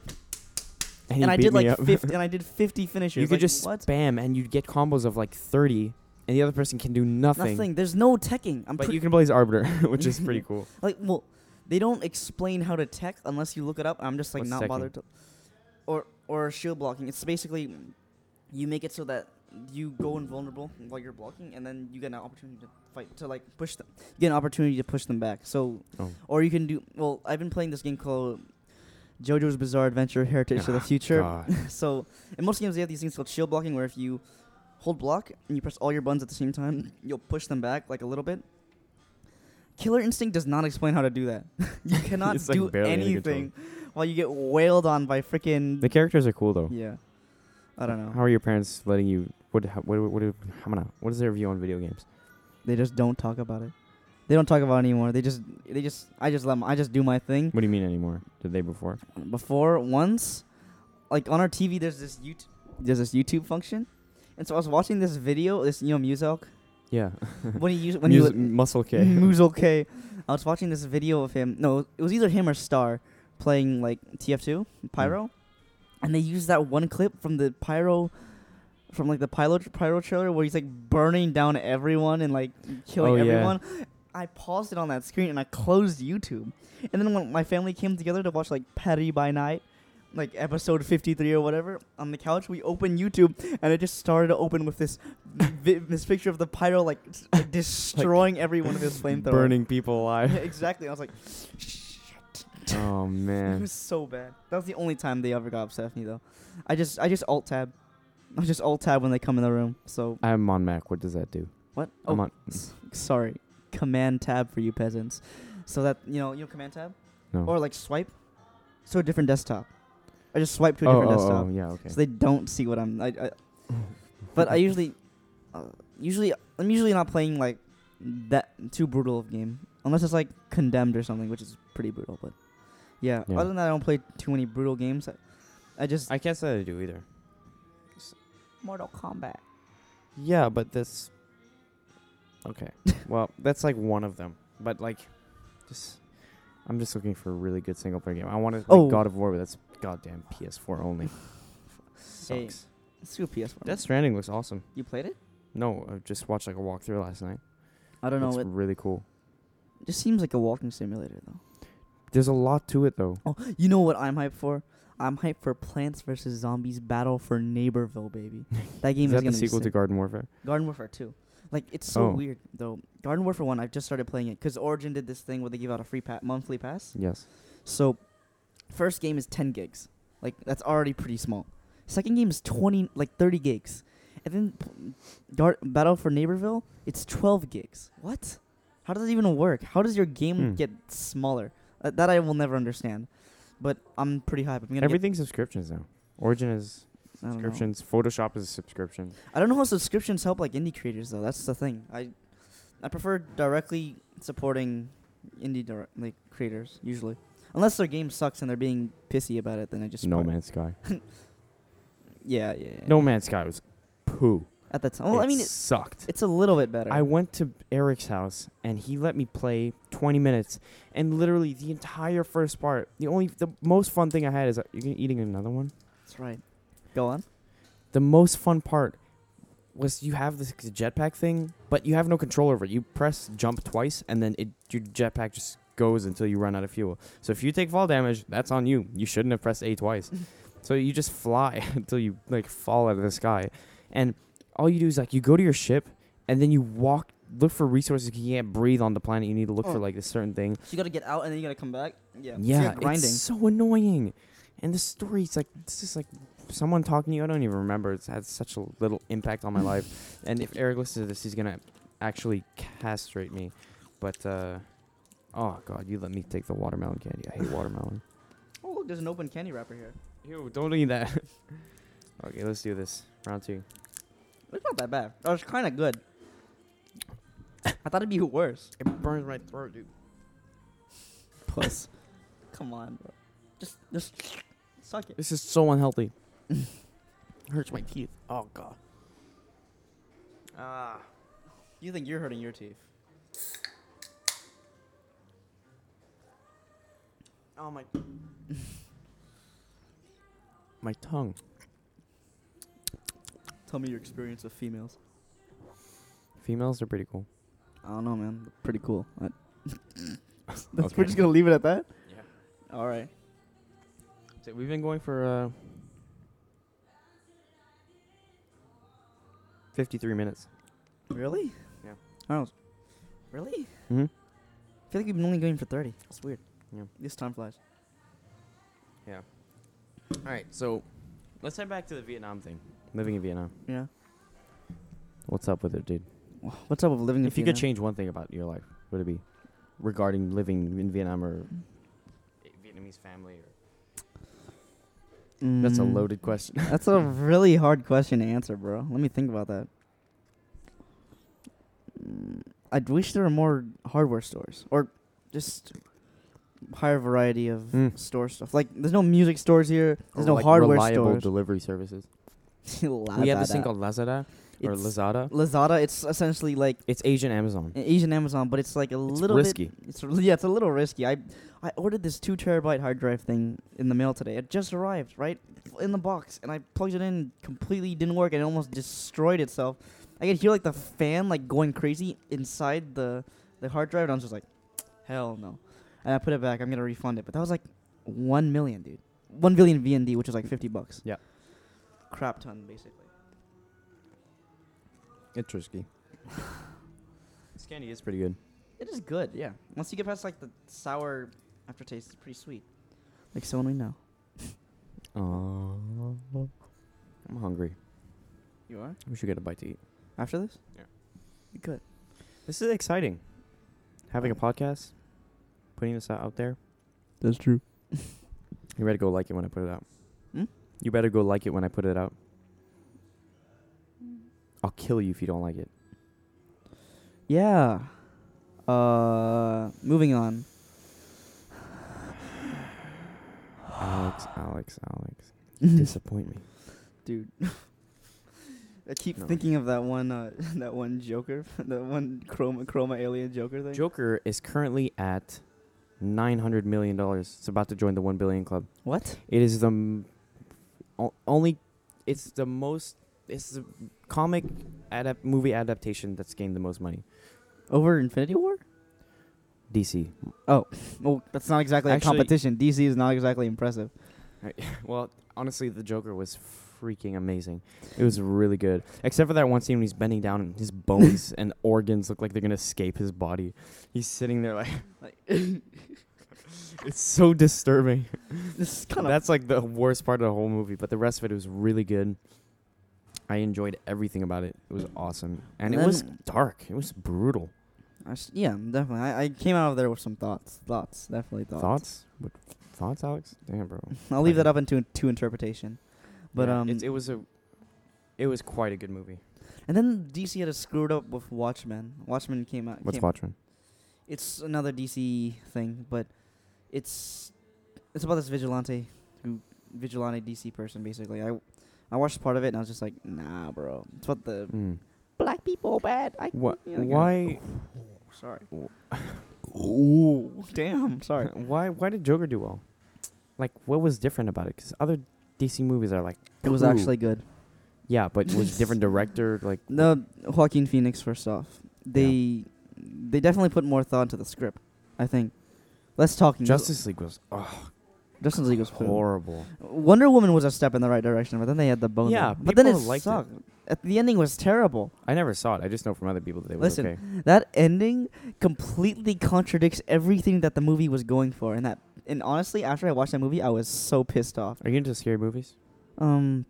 Speaker 1: he
Speaker 2: and I
Speaker 1: beat
Speaker 2: did
Speaker 1: me
Speaker 2: like
Speaker 1: up.
Speaker 2: 50, and I did 50 finishers.
Speaker 1: You could
Speaker 2: Like,
Speaker 1: just
Speaker 2: what?
Speaker 1: spam and you'd get combos of like 30 and the other person can do nothing.
Speaker 2: Nothing. There's no teching. I'm
Speaker 1: But
Speaker 2: pre-
Speaker 1: you can play as Arbiter, which is pretty cool.
Speaker 2: like well, they don't explain how to tech unless you look it up. I'm just like
Speaker 1: What's
Speaker 2: not
Speaker 1: teching?
Speaker 2: bothered to. Or or shield blocking. It's basically you make it so that you go invulnerable while you're blocking, and then you get an opportunity to fight to like push them. You get an opportunity to push them back. So
Speaker 1: Oh.
Speaker 2: or you can do well. I've been playing this game called JoJo's Bizarre Adventure: Heritage to the
Speaker 1: Ah,
Speaker 2: Future.
Speaker 1: God.
Speaker 2: So in most games they have these things called shield blocking, where if you hold block and you press all your buttons at the same time, you'll push them back like a little bit. Killer Instinct does not explain how to do that. you cannot
Speaker 1: It's, like,
Speaker 2: do
Speaker 1: barely any control.
Speaker 2: anything while you get wailed on by freaking
Speaker 1: The characters are cool though.
Speaker 2: yeah. I don't know.
Speaker 1: How are your parents letting you what how, what what what, how many- what is their view on video games?
Speaker 2: They just don't talk about it. They don't talk about it anymore. They just they just I just let 'em- I just do my thing.
Speaker 1: What do you mean anymore? Did they before?
Speaker 2: before once like on our TV there's this YouTube there's this YouTube function. And so I was watching this video, this you know Muzak
Speaker 1: Yeah.
Speaker 2: when he used when
Speaker 1: Mus-
Speaker 2: he was
Speaker 1: muscle K.
Speaker 2: Muzel K. I was watching this video of him. No, it was either him or Star playing like TF2 Pyro,
Speaker 1: Hmm.
Speaker 2: and they used that one clip from the Pyro, from like the Pyro Pyro trailer where he's like burning down everyone and like killing
Speaker 1: Oh, yeah.
Speaker 2: everyone. I paused it on that screen and I closed YouTube, and then when my family came together to watch like Petty by Night. like episode 53 or whatever on the couch we opened youtube and it just started to open with this vi- this picture of the pyro like, s- like destroying every one of his flamethrowers
Speaker 1: burning people alive.
Speaker 2: yeah, exactly i was like
Speaker 1: oh
Speaker 2: it
Speaker 1: man.
Speaker 2: was so bad that was the only time they ever got upset with me though i just i just alt tab i just alt tab when they come in the room so
Speaker 1: I'm on Mac. What does that do?
Speaker 2: what Oh,
Speaker 1: I'm on.
Speaker 2: S- sorry, command tab for you peasants. So that you know, you know, command tab
Speaker 1: No. Oh,
Speaker 2: or like swipe, so a different desktop. I just swipe to a
Speaker 1: oh,
Speaker 2: different
Speaker 1: oh,
Speaker 2: desktop,
Speaker 1: oh, yeah. Okay.
Speaker 2: so they don't see what I'm. I, I but I usually, uh, usually I'm usually not playing like that too brutal of game unless it's like condemned or something, which is pretty brutal. But yeah,
Speaker 1: Yeah.
Speaker 2: other than that, I don't play too many brutal games. I, I just
Speaker 1: I can't say I do either.
Speaker 2: Mortal Kombat.
Speaker 1: Yeah, but that's okay. well, that's like one of them. But like, just I'm just looking for a really good single player game. I want to like
Speaker 2: Oh.
Speaker 1: God of War, but that's goddamn PS4 only. Sucks.
Speaker 2: Hey. Let's do a PS4.
Speaker 1: Death Stranding looks awesome.
Speaker 2: you played it?
Speaker 1: No, I just watched like a walkthrough last night.
Speaker 2: I don't know.
Speaker 1: It's
Speaker 2: It
Speaker 1: really cool.
Speaker 2: just seems like a walking simulator though.
Speaker 1: There's a lot to it though.
Speaker 2: Oh, you know what I'm hyped for? I'm hyped for Plants vs Zombies Battle for Neighborville, baby. That game
Speaker 1: Is
Speaker 2: is,
Speaker 1: that
Speaker 2: gonna
Speaker 1: the sequel
Speaker 2: be
Speaker 1: to
Speaker 2: sick.
Speaker 1: Garden Warfare?
Speaker 2: Garden Warfare 2. Like it's so
Speaker 1: Oh.
Speaker 2: weird though. Garden Warfare 1, I've just started playing it cuz Origin did this thing where they give out a free pa- monthly pass.
Speaker 1: Yes.
Speaker 2: So first game is 10 gigs. Like that's already pretty small. Second game is 20 like 30 gigs. And then p- Gar- Battle for Neighborville, it's 12 gigs. What? How does it even work? How does your game
Speaker 1: Hmm.
Speaker 2: get smaller? Uh, that I will never understand. But I'm pretty hyped. I'm gonna get
Speaker 1: Everything's subscriptions now. Origin is
Speaker 2: I don't know.
Speaker 1: subscriptions. Photoshop is a subscription.
Speaker 2: I don't know how subscriptions help like indie creators though. That's the thing. I I prefer directly supporting indie direct, like creators usually, unless their game sucks and they're being pissy about it. Then I just
Speaker 1: no
Speaker 2: support-
Speaker 1: Man's Sky.
Speaker 2: Yeah, yeah. yeah.
Speaker 1: No Man's Sky was poo.
Speaker 2: At that time, well,
Speaker 1: it
Speaker 2: I mean, it,
Speaker 1: sucked.
Speaker 2: it's a little bit better.
Speaker 1: I went to Eric's house and he let me play 20 minutes and literally the entire first part. The only the most fun thing I had is you're eating another one.
Speaker 2: That's right. Go on.
Speaker 1: The most fun part was you have this jetpack thing, but you have no control over it. You press jump twice and then it your jetpack just goes until you run out of fuel. So if you take fall damage, that's on you. You shouldn't have pressed A twice. so you just fly until you like fall out of the sky. And all you do is like you go to your ship and then you walk look for resources you can't breathe on the planet. You need to look for
Speaker 2: Oh.
Speaker 1: like a certain thing.
Speaker 2: So you gotta get out and then you gotta come back. Yeah. So
Speaker 1: Yeah,
Speaker 2: you're grinding.
Speaker 1: it's so annoying. And the story's like it's just like someone talking to you. I don't even remember. It's had such a little impact on my life. And if Eric listens to this, he's gonna actually castrate me. But uh, oh god, you let me take the watermelon candy. I hate watermelon.
Speaker 2: oh look, there's an open candy wrapper here.
Speaker 1: Ew, don't eat that. okay, let's do this round two.
Speaker 2: It's not that bad. Oh, it's kind of good. I thought it'd be worse.
Speaker 1: It burns my throat, dude.
Speaker 2: Puss. come on, bro. Just, just suck it.
Speaker 1: This is so unhealthy. Hurts my teeth. Oh god. Ah.
Speaker 2: You think you're hurting your teeth?
Speaker 1: Oh my. my tongue.
Speaker 2: Tell me your experience with females.
Speaker 1: Females are pretty cool.
Speaker 2: I don't know, man. Pretty cool. I- That's-
Speaker 1: Okay.
Speaker 2: We're just gonna leave it at that.
Speaker 1: Yeah.
Speaker 2: All right.
Speaker 1: So we've been going for uh, 53 minutes.
Speaker 2: Really?
Speaker 1: Yeah.
Speaker 2: I don't. Really?
Speaker 1: Mm-hmm.
Speaker 2: I feel like we've been only going for thirty. That's weird.
Speaker 1: Yeah.
Speaker 2: This time flies.
Speaker 1: Yeah. All right. So let's head back to the Vietnam thing. Living in Vietnam.
Speaker 2: Yeah.
Speaker 1: What's up with it, dude?
Speaker 2: What's up with living in
Speaker 1: If you could
Speaker 2: Vietnam?
Speaker 1: change one thing about your life, would it be regarding living in Vietnam or a Vietnamese family? Or That's a
Speaker 2: Mm,
Speaker 1: loaded question.
Speaker 2: That's a really hard question to answer, bro. Let me think about that. Mm, I'd wish there were more hardware stores or just higher variety of
Speaker 1: Mm.
Speaker 2: store stuff. Like, there's no music stores here. There's
Speaker 1: Or,
Speaker 2: no
Speaker 1: like,
Speaker 2: hardware
Speaker 1: reliable
Speaker 2: stores.
Speaker 1: delivery services.
Speaker 2: Lazada.
Speaker 1: We have this thing called Lazada or
Speaker 2: It's-
Speaker 1: Lazada.
Speaker 2: Lazada. It's essentially like
Speaker 1: It's Asian Amazon.
Speaker 2: an Asian Amazon, but it's like a
Speaker 1: It's
Speaker 2: little
Speaker 1: risky.
Speaker 2: bit. It's yeah, it's a little risky. I I ordered this two terabyte hard drive thing in the mail today. It just arrived, right, in the box, and I plugged it in. Completely didn't work, and it almost destroyed itself. I could hear like the fan like going crazy inside the the hard drive, and I was just like, hell no. And I put it back. I'm gonna refund it, but that was like one million, dude. one billion VND, which is like fifty bucks.
Speaker 1: Yeah.
Speaker 2: Crap ton, basically.
Speaker 1: Interesting. this candy is pretty good.
Speaker 2: It is good, yeah. Once you get past like the sour aftertaste, it's pretty sweet. Like someone we know.
Speaker 1: Oh, I'm hungry.
Speaker 2: You are
Speaker 1: We should get a bite to eat.
Speaker 2: after this.
Speaker 1: Yeah.
Speaker 2: Good.
Speaker 1: This is exciting. Having a podcast, putting this out, out there.
Speaker 2: That's true.
Speaker 1: You better go like it when I put it out.
Speaker 2: Hmm?
Speaker 1: You better go like it when I put it out. I'll kill you if you don't like it.
Speaker 2: Yeah. Uh, moving on.
Speaker 1: Alex, Alex, Alex.
Speaker 2: Hmm.
Speaker 1: Disappoint me.
Speaker 2: dude. I keep
Speaker 1: No.
Speaker 2: thinking of that one, uh, that one Joker, that one Chroma Chroma Alien Joker thing.
Speaker 1: Joker is currently at nine hundred million dollars. It's about to join the one billion club.
Speaker 2: what?
Speaker 1: It is the m- o- only. It's the most. It's the comic adap- movie adaptation that's gained the most money.
Speaker 2: Over Infinity War?
Speaker 1: DC.
Speaker 2: Well, that's not exactly
Speaker 1: Actually-
Speaker 2: a competition. DC is not exactly impressive.
Speaker 1: Well, honestly, the Joker was freaking amazing. It was really good, except for that one scene when he's bending down and his bones and organs look like they're gonna escape his body. He's sitting there like, it's so disturbing.
Speaker 2: This is kind of
Speaker 1: That's like the worst part of the whole movie, but the rest of it was really good. I enjoyed everything about it. It was awesome, and it was
Speaker 2: Then-
Speaker 1: dark. It was brutal.
Speaker 2: yeah, definitely. I, I came out of there with some thoughts, thoughts, definitely thoughts.
Speaker 1: Thoughts? What thoughts, Alex? Damn, bro.
Speaker 2: I'll leave that up into to interpretation. But
Speaker 1: Yeah,
Speaker 2: um,
Speaker 1: it's, it was a, it was quite a good movie.
Speaker 2: and then DC had a screwed up with Watchmen. Watchmen came out.
Speaker 1: What's
Speaker 2: came
Speaker 1: Watchmen?
Speaker 2: it's another DC thing, but it's it's about this vigilante who vigilante DC person basically. I I watched part of it and I was just like, nah, bro. It's what the
Speaker 1: Mm.
Speaker 2: black people bad. I
Speaker 1: What?
Speaker 2: you know, like,
Speaker 1: Why?
Speaker 2: oh, sorry.
Speaker 1: Wh-
Speaker 2: Ooh, damn. Sorry.
Speaker 1: Why? Why did Joker do well? Like, what was different about it? Because other DC movies are like,
Speaker 2: It was
Speaker 1: poo.
Speaker 2: actually good.
Speaker 1: yeah, but was different director like
Speaker 2: No, Joaquin Phoenix. First off, they they definitely put more thought into the script. I think. Less talking.
Speaker 1: Justice League was oh,
Speaker 2: Justice League was poo.
Speaker 1: horrible.
Speaker 2: Wonder Woman was a step in the right direction, but then they had the bone.
Speaker 1: Yeah,
Speaker 2: there. but then it
Speaker 1: people liked it.
Speaker 2: sucked. At the ending was terrible.
Speaker 1: I never saw it. I just know from other people that it was
Speaker 2: Listen,
Speaker 1: okay.
Speaker 2: That ending completely contradicts everything that the movie was going for, and that and honestly, after I watched that movie, I was so pissed off.
Speaker 1: Are you into scary movies?
Speaker 2: Um,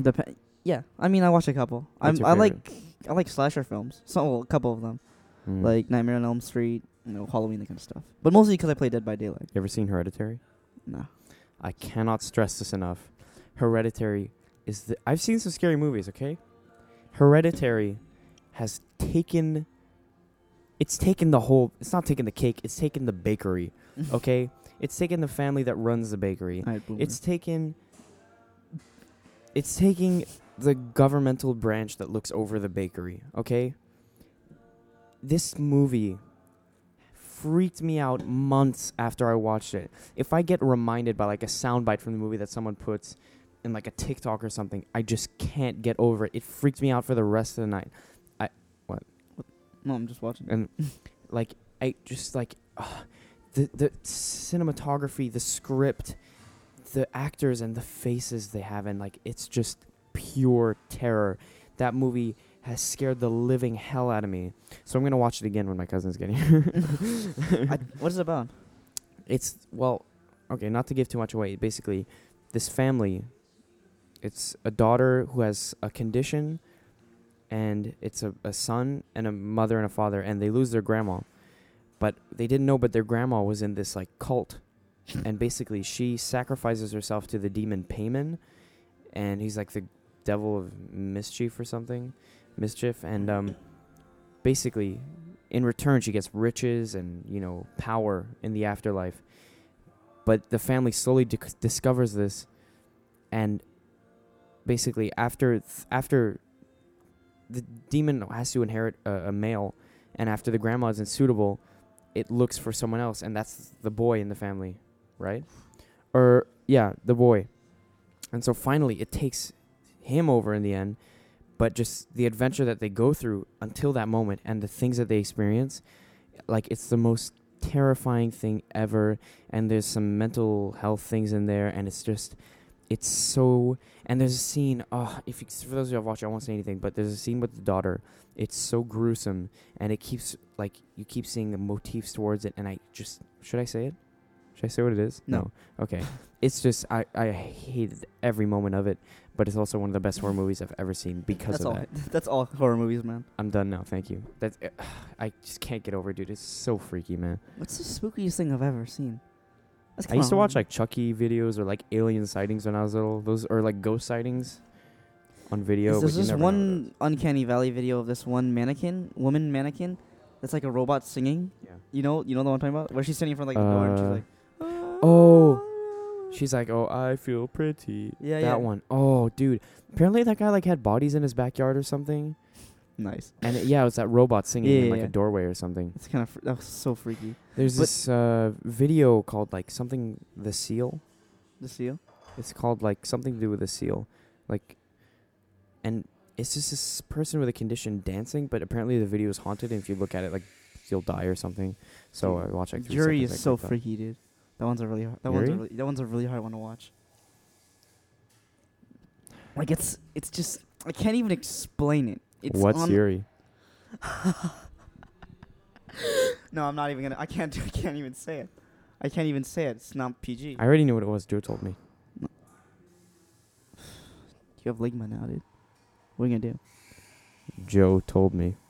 Speaker 2: dep- yeah, I mean, I watched a couple.
Speaker 1: What's
Speaker 2: I'm,
Speaker 1: your
Speaker 2: I like I like slasher films, so well, a couple of them,
Speaker 1: Mm.
Speaker 2: like Nightmare on Elm Street, you know, Halloween, that kind of stuff. But mostly because I play Dead by Daylight.
Speaker 1: you ever seen Hereditary?
Speaker 2: No,
Speaker 1: I cannot stress this enough. Hereditary is the I've seen some scary movies, okay? Hereditary has taken it's taken the whole it's not taken the cake, it's taken the bakery, okay? it's taken the family that runs the bakery.
Speaker 2: Alright, boomer.
Speaker 1: It's taken it's taking the governmental branch that looks over the bakery, okay? This movie freaked me out months after I watched it. If I get reminded by like a soundbite from the movie that someone puts in like a TikTok or something, I just can't get over it. It freaked me out for the rest of the night.
Speaker 2: no, I'm just watching.
Speaker 1: And like I just like ugh, the the cinematography, the script, the actors and the faces they have and like it's just pure terror. That movie has scared the living hell out of me. So I'm going to watch it again when my cousin's getting here.
Speaker 2: I, what is it about?
Speaker 1: it's well okay not to give too much away basically this family it's a daughter who has a condition and it's a, a son and a mother and a father and they lose their grandma but they didn't know but their grandma was in this like cult and basically she sacrifices herself to the demon payman and he's like the devil of mischief or something mischief and um basically in return she gets riches and you know power in the afterlife but the family slowly dic discovers this and basically after th- after the demon has to inherit a, a male and after the grandma is unsuitable it looks for someone else and that's the boy in the family right or yeah the boy and so finally it takes him over in the end but just the adventure that they go through until that moment and the things that they experience like it's the most terrifying thing ever. And there's some mental health things in there, and it's just, it's so. And there's a scene. Oh, if you, for those of you who have watched, it, I won't say anything, but there's a scene with the daughter. It's so gruesome, and it keeps like you keep seeing the motifs towards it. And I just should I say it? Should I say what it is?
Speaker 2: No.
Speaker 1: Okay. It's just I I hated every moment of it, but it's also one of the best horror movies I've ever seen because
Speaker 2: That's
Speaker 1: of
Speaker 2: all.
Speaker 1: that.
Speaker 2: That's all horror movies, man.
Speaker 1: I'm done now. Thank you. That's eh, I just can't get over, it, dude. It's so freaky, man.
Speaker 2: What's the spookiest thing I've ever seen? That's
Speaker 1: I used to watch like Chucky videos or like alien sightings when I was little. Those or like ghost sightings on video.
Speaker 2: There's
Speaker 1: but you
Speaker 2: this
Speaker 1: never know those.
Speaker 2: one uncanny valley video of this one mannequin, woman mannequin, that's like a robot singing.
Speaker 1: Yeah.
Speaker 2: You know, you know the one I'm talking about, where she's standing in front of like the door and she's
Speaker 1: Uh,
Speaker 2: like, "Ah."
Speaker 1: oh, She's like, oh, I feel pretty.
Speaker 2: yeah,
Speaker 1: that
Speaker 2: yeah.
Speaker 1: one. Oh, dude. Apparently that guy like had bodies in his backyard or something.
Speaker 2: Nice.
Speaker 1: And it, yeah, it was that robot singing in
Speaker 2: Yeah,
Speaker 1: like
Speaker 2: yeah.
Speaker 1: a doorway or something.
Speaker 2: It's kind of fr- that was so freaky.
Speaker 1: There's
Speaker 2: But-
Speaker 1: this uh, video called like something the seal.
Speaker 2: The seal.
Speaker 1: It's called like something to do with a seal, like, and it's just this person with a condition dancing. But apparently the video is haunted, and if you look at it, like you'll die or something. So I watch like three
Speaker 2: Jury
Speaker 1: seconds,
Speaker 2: is
Speaker 1: I
Speaker 2: so
Speaker 1: clicked on-
Speaker 2: freaky, dude. That one's a really hard. That one's a
Speaker 1: Yuri?
Speaker 2: really, that one's a really hard one to watch. Like it's it's just I can't even explain it. It's
Speaker 1: What's
Speaker 2: on-
Speaker 1: Yuri?
Speaker 2: No, I'm not even gonna. I can't. I can't even say it. I can't even say it. It's not PG.
Speaker 1: I already knew what it was. Joe told me.
Speaker 2: you have ligma now, dude. What are you gonna do?
Speaker 1: Joe told me.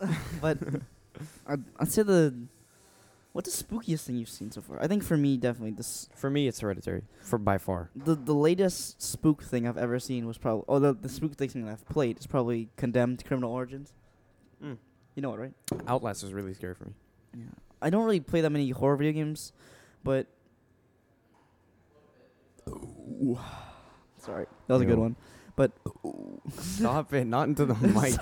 Speaker 2: But I'd, I'd say the what's the spookiest thing you've seen so far? I think for me, definitely this
Speaker 1: For me, it's hereditary. For by far.
Speaker 2: the the latest spook thing I've ever seen was probably oh the the spook thing that I've played is probably Condemned Criminal Origins. Hmm.
Speaker 1: Mm.
Speaker 2: You know it, right?
Speaker 1: Outlast was really scary for me.
Speaker 2: Yeah. I don't really play that many horror video games, but sorry, that was a
Speaker 1: Oh. Ew.
Speaker 2: good one. But
Speaker 1: Stop it! Not into the mic.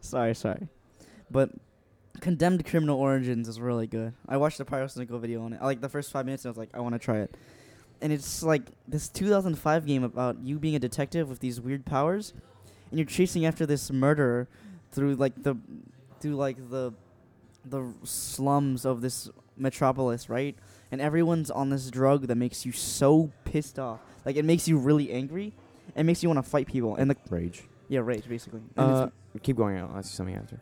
Speaker 2: sorry, sorry, but Condemned Criminal Origins is really good. I watched the Pyro video on it. I like the first five minutes, and I was like, I want to try it. And it's like this 2005 game about you being a detective with these weird powers, and you're chasing after this murderer through like the through like the the slums of this metropolis, right? And everyone's on this drug that makes you so pissed off. Like it makes you really angry. It makes you want to fight people. And the
Speaker 1: Rage.
Speaker 2: yeah, rage basically. And
Speaker 1: Uh,
Speaker 2: it's,
Speaker 1: keep going. I'll ask you something after.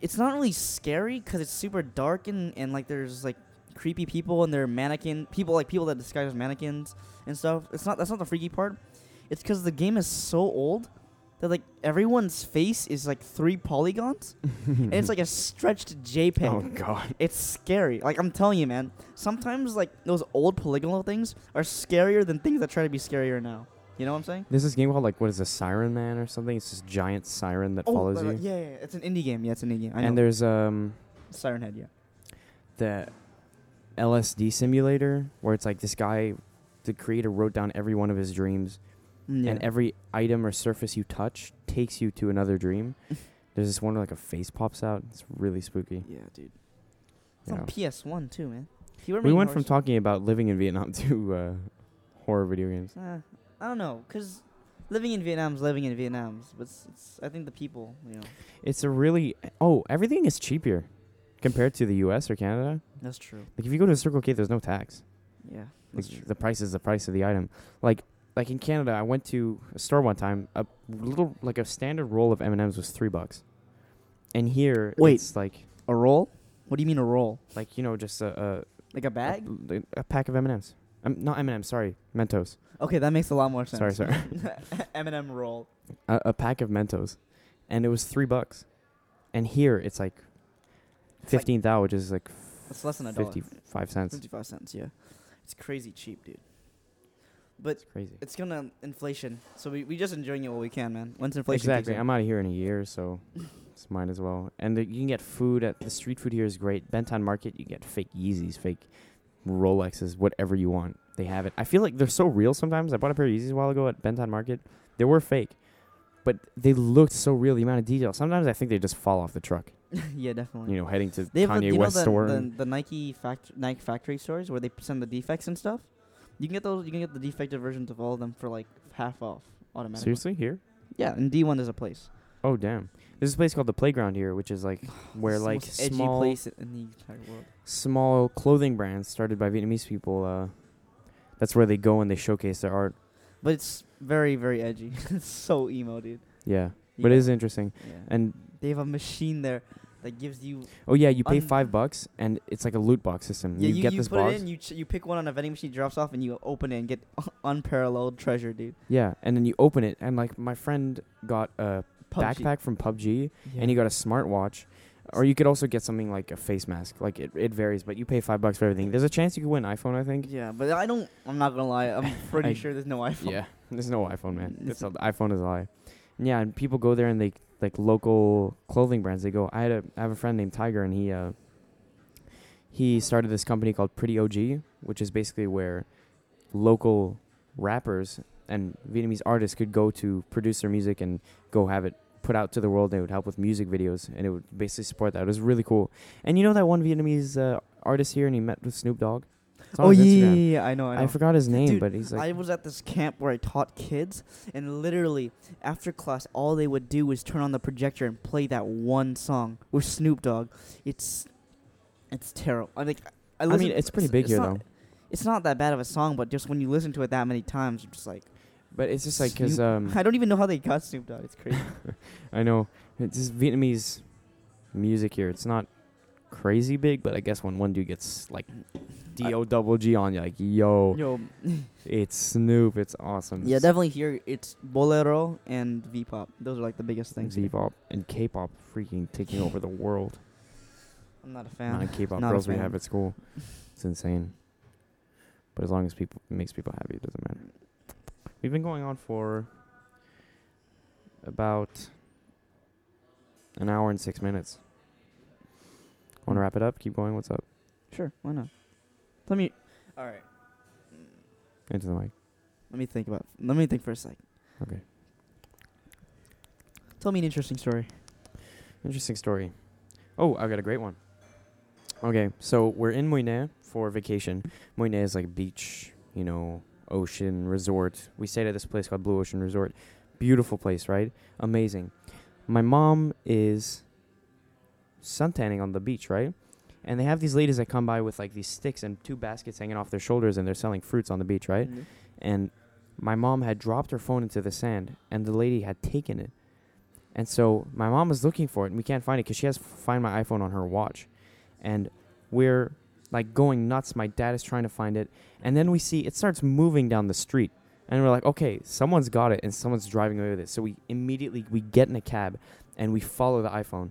Speaker 2: it's not really scary because it's super dark and and like there's like creepy people and they're mannequin people like people that disguise as mannequins and stuff. It's not that's not the freaky part. It's because the game is so old that like everyone's face is like three polygons and it's like a stretched JPEG.
Speaker 1: Mm-hmm. oh god.
Speaker 2: It's scary. Like I'm telling you, man. Sometimes like those old polygonal things are scarier than things that try to be scarier now. You know what I'm saying?
Speaker 1: There's this game called like what is a Siren Man or something? It's this giant siren that follows
Speaker 2: uh,
Speaker 1: you.
Speaker 2: Yeah, yeah, yeah. It's an indie game. Yeah, it's an indie game. I
Speaker 1: and
Speaker 2: know.
Speaker 1: there's um
Speaker 2: Siren Head. Yeah.
Speaker 1: the LSD simulator where it's like this guy, the creator wrote down every one of his dreams,
Speaker 2: Mm, yeah.
Speaker 1: and every item or surface you touch takes you to another dream. there's this one where like a face pops out. It's really spooky.
Speaker 2: yeah, dude. It's
Speaker 1: you know.
Speaker 2: on PS1 too, man. If you were
Speaker 1: We
Speaker 2: making
Speaker 1: went from
Speaker 2: horrors-
Speaker 1: talking about living in Vietnam to uh, horror video games.
Speaker 2: Uh, I don't know, cause living in Vietnam's living in Vietnam's, but it's, it's I think the people, you know,
Speaker 1: It's a really oh everything is cheap here compared to the U.S. or Canada.
Speaker 2: that's true.
Speaker 1: Like if you go to a Circle K, there's no tax.
Speaker 2: Yeah,
Speaker 1: Like,
Speaker 2: that's true.
Speaker 1: the price is the price of the item. Like like in Canada, I went to a store one time. A little like a standard roll of M and M's was three bucks, and here
Speaker 2: Wait.
Speaker 1: it's like
Speaker 2: A roll? What do you mean a roll?
Speaker 1: like you know just a
Speaker 2: Like
Speaker 1: a,
Speaker 2: a
Speaker 1: a,
Speaker 2: bag?
Speaker 1: a pack of M and M's. Um, not M and M's. Sorry, Mentos.
Speaker 2: Okay, that makes a lot more sense.
Speaker 1: Sorry, sorry.
Speaker 2: M&M roll.
Speaker 1: A, a pack of Mentos, and it was three bucks, and here it's like
Speaker 2: It's like-
Speaker 1: fifteen thou, which is like
Speaker 2: It's less than a dollar.
Speaker 1: fifty five cents.
Speaker 2: 55 cents, yeah. It's crazy cheap, dude. But
Speaker 1: It's crazy.
Speaker 2: it's gonna inflation. So we, we just enjoying it while we can, man. Once inflation
Speaker 1: Exactly.
Speaker 2: kicks in.
Speaker 1: I'm out of here in a year, so it's mine as well. And the, you can get food at the street food here is great. Benton Market, you can get fake Yeezys, fake Rolexes, whatever you want. They have it. I feel like they're so real sometimes. I bought a pair of Yeezys a while ago at Benton Market. They were fake, but they looked so real. The amount of detail. Sometimes I think they just fall off the truck.
Speaker 2: yeah, definitely.
Speaker 1: You know, heading to
Speaker 2: they have the,
Speaker 1: Kanye
Speaker 2: you know
Speaker 1: West
Speaker 2: the,
Speaker 1: store.
Speaker 2: the,
Speaker 1: and-
Speaker 2: the Nike fact Nike factory stores where they p- send the defects and stuff. You can get those. You can get the defective versions of all of them for like half off automatically.
Speaker 1: Seriously, here?
Speaker 2: Yeah, and D one is a place.
Speaker 1: Oh damn! There's this place called the Playground here, which is like where
Speaker 2: It's the
Speaker 1: like
Speaker 2: most edgy
Speaker 1: small
Speaker 2: place in the entire world.
Speaker 1: small clothing brands started by Vietnamese people. Uh, that's where they go and they showcase their art.
Speaker 2: But it's very, very edgy. it's so emo, dude.
Speaker 1: Yeah,
Speaker 2: You
Speaker 1: but
Speaker 2: got-
Speaker 1: it is interesting.
Speaker 2: yeah.
Speaker 1: And
Speaker 2: they have a machine there that gives you.
Speaker 1: oh yeah, you pay
Speaker 2: Un-
Speaker 1: five bucks and it's like a loot box system.
Speaker 2: Yeah,
Speaker 1: you,
Speaker 2: you,
Speaker 1: get
Speaker 2: you
Speaker 1: this
Speaker 2: put
Speaker 1: box.
Speaker 2: it in, you ch- you pick one on a vending machine, drops off, and you open it and get unparalleled treasure, dude.
Speaker 1: Yeah, and then you open it and like my friend got a
Speaker 2: PUBG.
Speaker 1: backpack from PUBG
Speaker 2: Yeah.
Speaker 1: and he got a smartwatch. Or you could also get something like a face mask. Like it, it varies, but you pay five bucks for everything. There's a chance you could win iPhone, I think.
Speaker 2: Yeah, but I don't. I'm not gonna lie. I'm pretty
Speaker 1: I-
Speaker 2: sure there's no iPhone.
Speaker 1: Yeah, there's no iPhone, man.
Speaker 2: It's-
Speaker 1: It's a, the iPhone is a lie. And yeah, and people go there and they like local clothing brands. They go. I had a I have a friend named Tiger, and he uh he started this company called Pretty OG, which is basically where local rappers and Vietnamese artists could go to produce their music and go have it put out to the world. They would help with music videos, and it would basically support that. It was really cool. And you know that one Vietnamese uh, artist here, and he met with Snoop Dogg. It's on
Speaker 2: Oh
Speaker 1: his
Speaker 2: yeah, yeah,
Speaker 1: Instagram.
Speaker 2: yeah, I know. I know.
Speaker 1: I forgot his name,
Speaker 2: Dude,
Speaker 1: but he's like
Speaker 2: I was at this camp where I taught kids, and literally after class, all they would do was turn on the projector and play that one song with Snoop Dogg. It's it's terrible. I like. I,
Speaker 1: I
Speaker 2: listen-
Speaker 1: mean, it's pretty big here,
Speaker 2: not-
Speaker 1: though.
Speaker 2: It's not that bad of a song, but just when you listen to it that many times, you're just like,
Speaker 1: But it's just like because
Speaker 2: Snoop-
Speaker 1: um,
Speaker 2: I don't even know how they got Snoop Dogg. It's crazy.
Speaker 1: I know it's just Vietnamese music here. It's not crazy big, but I guess when one dude gets like D O double G on you, like yo,
Speaker 2: Yo,
Speaker 1: it's Snoop. It's awesome.
Speaker 2: yeah,
Speaker 1: It's
Speaker 2: definitely here. It's bolero and V-pop. Those are like the biggest things. here.
Speaker 1: Z-pop and K-pop freaking taking over the world.
Speaker 2: I'm not a fan.
Speaker 1: Not in K-pop
Speaker 2: Not a
Speaker 1: girls we
Speaker 2: fan.
Speaker 1: have at school. It's insane. But as long as people it makes people happy, it doesn't matter. We've been going on for about an hour and six minutes.
Speaker 2: Hmm.
Speaker 1: Want to wrap it up? Keep going. What's up?
Speaker 2: Sure, why not? Let me. All right.
Speaker 1: Into the mic.
Speaker 2: Let me think about. Let me think for a sec.
Speaker 1: Okay.
Speaker 2: Tell me an interesting story.
Speaker 1: Interesting story. Oh, I got a great one. Okay, so we're in Moyne for vacation. Moyne is like beach, you know, ocean resort. We stayed at this place called Blue Ocean Resort. Beautiful place, right? Amazing. My mom is suntanning on the beach, right? And they have these ladies that come by with like these sticks and two baskets hanging off their shoulders and they're selling fruits on the beach, right? and my mom had dropped her phone into the sand and the lady had taken it and so my mom is looking for it and we can't find it because she has find my iphone on her watch and we're like going nuts my dad is trying to find it and then we see it starts moving down the street and we're like okay someone's got it and someone's driving away with it so we immediately we get in a cab and we follow the iphone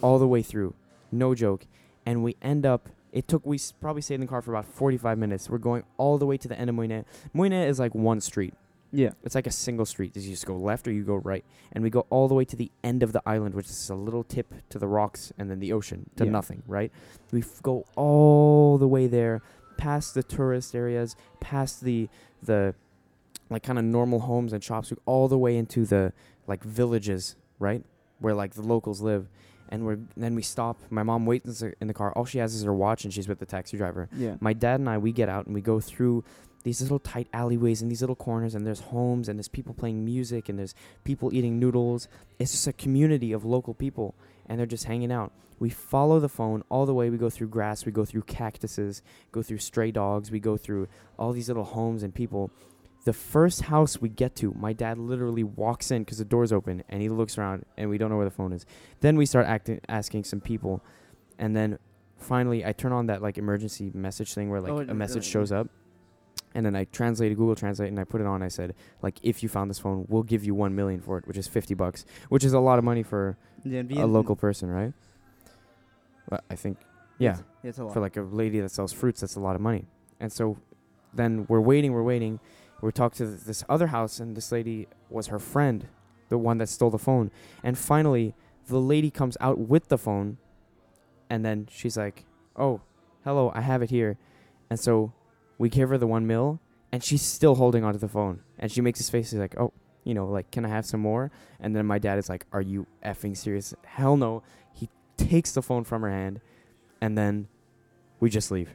Speaker 1: all the way through no joke and we end up it took we s- probably stayed in the car for about 45 minutes we're going all the way to the end of moyne moyne is like one street
Speaker 2: Yeah.
Speaker 1: it's like a single street. You just go left or you go right. And we go all the way to the end of the island, which is a little tip to the rocks and then the ocean to
Speaker 2: Yeah.
Speaker 1: nothing, right? We f- go all the way there, past the tourist areas, past the the like kind of normal homes and shops, we go all the way into the like villages, right? Where like the locals live. And we're then we stop. My mom waits in the car. All she has is her watch and she's with the taxi driver
Speaker 2: Yeah.
Speaker 1: my dad and I, we get out and we go through these little tight alleyways and these little corners, and there's homes, and there's people playing music, and there's people eating noodles. It's just a community of local people, and they're just hanging out. We follow the phone all the way. We go through grass, we go through cactuses, go through stray dogs, we go through all these little homes and people. The first house we get to, my dad literally walks in because the door's open, and he looks around, and we don't know where the phone is. Then we start acting, asking some people, and then finally I turn on that like emergency message thing where like
Speaker 2: Oh,
Speaker 1: a
Speaker 2: it-
Speaker 1: message
Speaker 2: uh,
Speaker 1: shows up. And then I translated Google Translate and I put it on. I said, like, if you found this phone, we'll give you one million for it, which is fifty bucks, which is a lot of money for
Speaker 2: yeah and
Speaker 1: a
Speaker 2: being-
Speaker 1: local person, right? Well, I think, yeah,
Speaker 2: It's, it's a lot.
Speaker 1: for like a lady that sells fruits, that's a lot of money. And so, then we're waiting, we're waiting. We talk to th- this other house, and this lady was her friend, the one that stole the phone. And finally, the lady comes out with the phone, and then she's like, "Oh, hello, I have it here." And so, we give her the one mil, and she's still holding onto the phone. And she makes his face. She's like, "Oh, you know, like, can I have some more?" And then my dad is like, "Are you effing serious? Hell no!" He takes the phone from her hand, and then we just leave.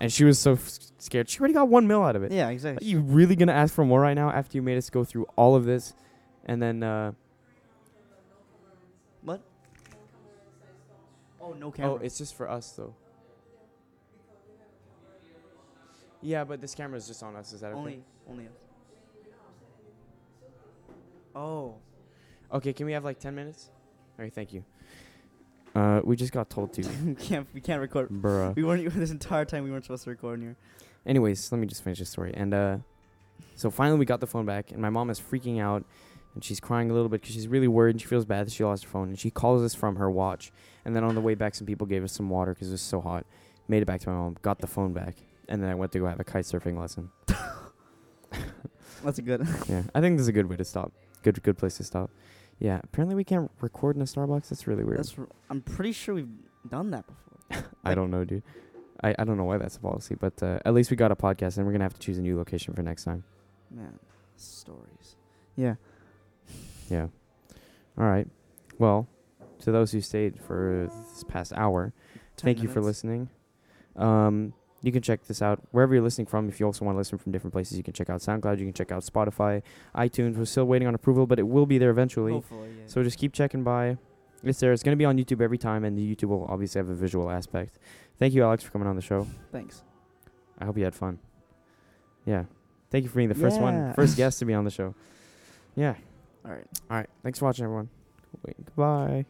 Speaker 1: and she was so f- scared. She already got one mil out of it.
Speaker 2: yeah,
Speaker 1: Are
Speaker 2: exactly.
Speaker 1: you really gonna ask for more right now after you made us go through all of this, and then uh,
Speaker 2: Oh, no camera.
Speaker 1: Oh, it's just for us though. Yeah, but this camera is just on us. Is that
Speaker 2: only,
Speaker 1: okay?
Speaker 2: only us. Oh,
Speaker 1: Okay, can we have like ten minutes? All right, thank you. Uh, we just got told to,
Speaker 2: we can't we can't record.
Speaker 1: bruh.
Speaker 2: We weren't this entire time. We weren't supposed to record in here.
Speaker 1: Anyways, let me just finish this story. And uh, so finally, we got the phone back, and my mom is freaking out, and she's crying a little bit because she's really worried. And she feels bad that she lost her phone, and she calls us from her watch. And then on the way back, some people gave us some water because it was so hot. Made it back to my mom, got the phone back, and then I went to go have a kite surfing lesson.
Speaker 2: That's a good.
Speaker 1: yeah, I think this is a good way to stop. Good, good place to stop. Yeah, apparently we can't record in a Starbucks. That's really weird.
Speaker 2: that's. r- I'm pretty sure we've done that before.
Speaker 1: I don't know, dude. I, I don't know why that's a policy, but uh, at least we got a podcast, and we're gonna have to choose a new location for next time.
Speaker 2: Man, stories. Yeah.
Speaker 1: Yeah. All right. Well, to those who stayed for this past hour, thank you for listening. Um, you can check this out wherever you're listening from. If you also want to listen from different places, you can check out SoundCloud. You can check out Spotify, iTunes. We're still waiting on approval, but it will be there eventually.
Speaker 2: Hopefully, yeah.
Speaker 1: So just keep checking by. It's there. It's going to be on YouTube every time, and the YouTube will obviously have a visual aspect. Thank you, Alex, for coming on the show.
Speaker 2: thanks.
Speaker 1: I hope you had fun. Yeah. Thank you for being the first one,
Speaker 2: Yeah.
Speaker 1: first guest to be on the show. Yeah.
Speaker 2: All right.
Speaker 1: All right. Thanks for watching, everyone. Wait, goodbye.